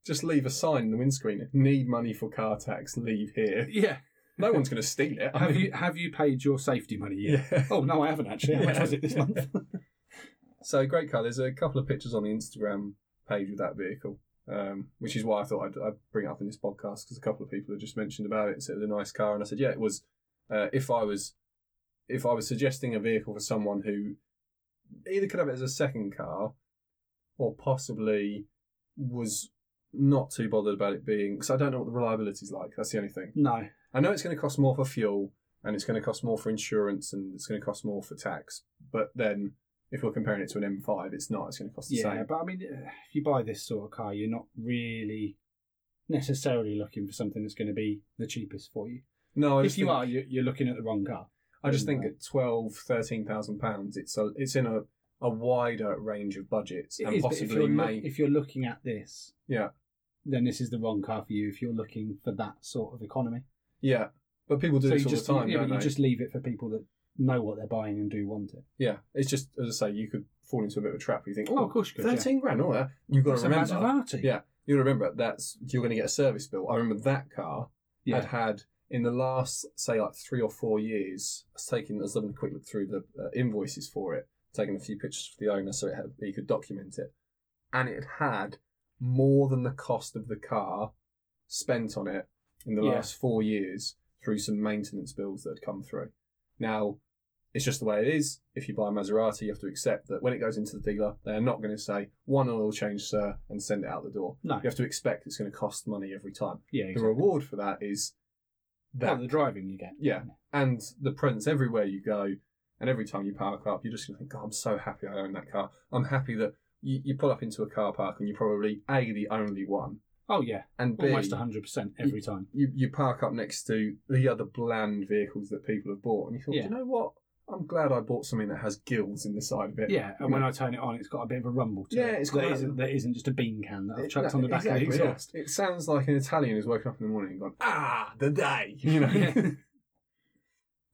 Just leave a sign in the windscreen. Need money for car tax, leave here.
Yeah.
No one's going to steal it. I
Have
mean-
you have you paid your safety money yet?
Yeah.
Oh no, I haven't actually. How much
Yeah.
was it this month?
So, great car. There's a couple of pictures on the Instagram page with that vehicle, um, which is why I thought I'd, I'd bring it up in this podcast because a couple of people had just mentioned about it and said it was a nice car. And I said, yeah, it was. Uh, if I was, if I was suggesting a vehicle for someone who either could have it as a second car, or possibly was not too bothered about it being because I don't know what the reliability's like. That's the only thing.
no.
I know it's going to cost more for fuel and it's going to cost more for insurance and it's going to cost more for tax. But then if we're comparing it to an M5, it's not. It's going to cost the
Yeah,
same.
but I mean, eh, if you buy this sort of car, you're not really necessarily looking for something that's going to be the cheapest for you.
No, I
If
just
you
think,
are, you're, you're looking at the wrong car.
I just think
Yeah.
at twelve, thirteen thousand pounds, it's a, it's in a, a wider range of budgets
It
and
is, but if
possibly
you're, loo-
may.
if you're looking at this,
yeah,
then this is the wrong car for you. If you're looking for that sort of economy.
yeah. But people do
so
this
you
all
just
the time,
yeah, but
don't
you
they?
just leave it for people that know what they're buying and do want it.
Yeah, it's just as I say, you could fall into a bit of a trap. Where you think, oh,
course
thirteen grand, all that. You've got to remember.
Maserati.
Yeah, you gotta remember that's you're going to get a service bill. I remember that car
Yeah.
had had in the last say like three or four years. I was taking, I was having a quick look through the uh, invoices for it, taking a few pictures for the owner so it had, he could document it, and it had more than the cost of the car spent on it in the
Yeah.
last four years through some maintenance bills that had come through. Now, it's just the way it is. If you buy a Maserati, you have to accept that when it goes into the dealer, they're not going to say one oil change, sir, and send it out the door.
No.
You have to expect it's going to cost money every time.
Yeah,
The
exactly.
reward for that is that,
Well, the driving you get.
yeah, and the prints everywhere you go, and every time you park up, you're just going to think, "God, I'm so happy I own that car. I'm happy that you, you pull up into a car park and you're probably a the only one,
Oh yeah,
and b
almost hundred percent every time.
you, you park up next to the other bland vehicles that people have bought, and you thought,
Yeah.
you know what? I'm glad I bought something that has gills in the side of it.
Yeah, and when I turn it on, it's got a bit of a rumble to
Yeah,
it.
it's
that
quite-
isn't, that isn't just a bean can that I've chucked on the back
Exactly,
of the
yeah.
exhaust.
It sounds like an Italian who's woken up in the morning and gone, ah, the day, you know.
Yeah.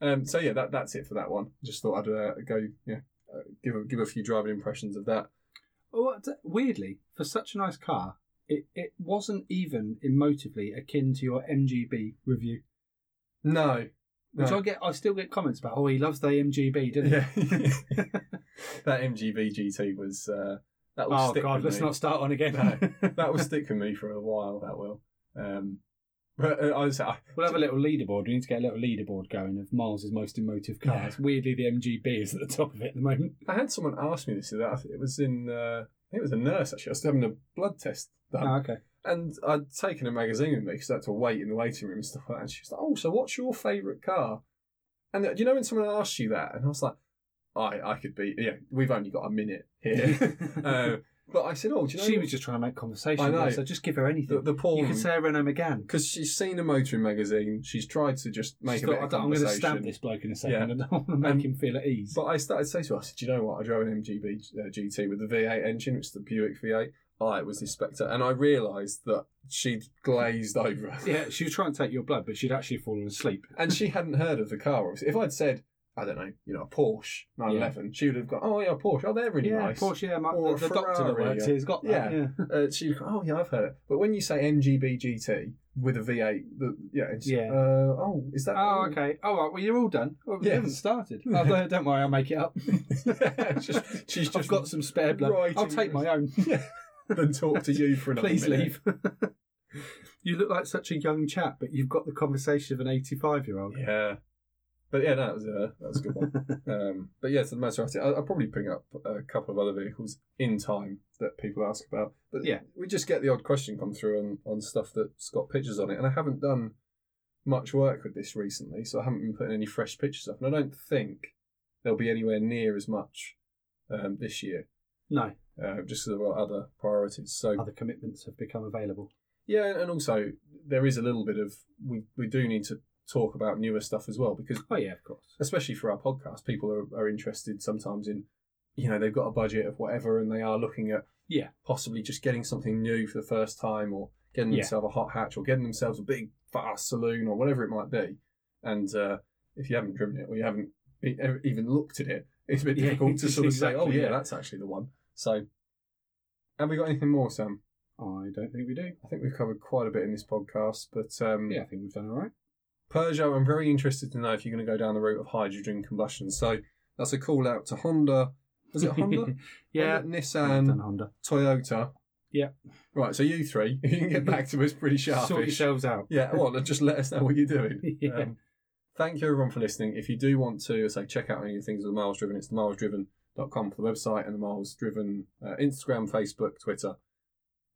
um, so yeah, that that's it for that one. Just thought I'd uh, go, yeah, uh, give a, give a few driving impressions of that.
Well, d- Oh, weirdly, for such a nice car, it, it wasn't even emotively akin to your MGB review,
No,
which
no.
I get. I still get comments about. Oh, he loves the MGB, didn't he?
yeah. that MGB GT was uh, that will
Oh
stick
God,
with
let's
me.
not start on again.
No. that will stick with me for a while. That will. Um, but uh, I was I,
We'll have a little leaderboard. We need to get a little leaderboard going of Miles' most emotive cars. Weirdly, the MGB is at the top of it at the moment.
I had someone ask me this. the other- It was in. Uh, I think it was a nurse actually. I was having a blood test done,
Oh, okay.
and I'd taken a magazine with me because I had to wait in the waiting room and stuff like that. And she was like, "Oh, so what's your favourite car?" And uh, do you know when someone asks you that, and I was like, "I, I could be. Yeah, we've only got a minute here." uh, but I said, "Oh, do you know?"
she was just trying to make conversation.
I know.
with us, So just give her anything.
the, the poor
you can say a Renault Megane.
because she's seen a motoring magazine. She's tried to just make
She
a
thought,
bit
"I
of
don't- I'm going
conversation.
to stab this bloke in a second.
Yeah.
I don't want to make
Um,
him feel at ease.
But I started to say to her, I said, "Do you know what? I drove an MGB uh, GT with the V8 engine, which is the Buick V8. I was the Spectre, and I realised that she'd glazed over.
yeah, she was trying to take your blood, but she'd actually fallen asleep.
and she hadn't heard of the car. Obviously. If I'd said I don't know, you know, a Porsche 911, she would have gone, oh yeah, a Porsche. Oh, they're really
yeah,
nice.
of course, yeah. My,
Or a
the, the doctor that
Ferrari,
works
yeah.
here has got that.
Yeah.
Yeah.
Uh, she would go, oh yeah, I've heard it. But when you say MGB GT with a V8, the, yeah, it's,
Yeah.
Uh, oh, is that?
Oh, okay. All right. Well, you're all done. Well, we
Yeah.
haven't started. Oh, don't, don't worry, I'll make it up.
It's just- she's just
I've got some spare blood.
writing
I'll take my own.
then talk to you for another
Please
minute.
leave. you look like such a young chap, but you've got the conversation of an 85 year old.
Yeah. But yeah, no, that was a that was a good one. um, but yeah, so the Maserati. I'll, I'll probably bring up a couple of other vehicles in time that people ask about. But
Yeah.
we just get the odd question come through on on stuff that's got pictures on it, and I haven't done much work with this recently, so I haven't been putting any fresh pictures up, and I don't think there'll be anywhere near as much um, this year,
No,
uh, just because of our other priorities. So
other commitments have become available.
yeah, and also there is a little bit of we we do need to talk about newer stuff as well because
Oh, yeah, of course.
especially for our podcast, people are, are interested sometimes in, you know, they've got a budget of whatever and they are looking at
Yeah.
possibly just getting something new for the first time or getting
Yeah.
themselves a hot hatch or getting themselves a big fast saloon or whatever it might be. And uh, if you haven't driven it or you haven't e- ever even looked at it, it's a bit
Yeah,
difficult to sort of say, oh,
exactly,
yeah,
yeah.
that's actually the one. So, have we got anything more, Sam?
I don't think we do.
I think we've covered quite a bit in this podcast, but um,
Yeah, I think we've done all right.
Peugeot, I'm very interested to know if you're going to go down the route of hydrogen combustion. So that's a call out to Honda. Is it Honda?
yeah.
Honda,
I've done
Nissan,
Honda.
Toyota.
Yep.
Right, so you three, you can get back to us pretty
Sort
sharpish.
yourselves out.
yeah, well, just let us know what you're doing.
Yeah.
Um, thank you everyone for listening. If you do want to, as I say, check out any of the things with the Miles Driven, it's themilesdriven.com for the website and the Miles Driven uh, Instagram, Facebook, Twitter.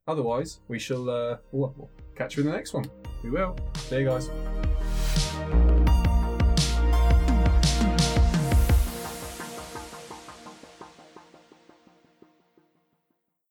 Otherwise, we shall uh, we'll- we'll catch you in the next one.
We will.
See you guys.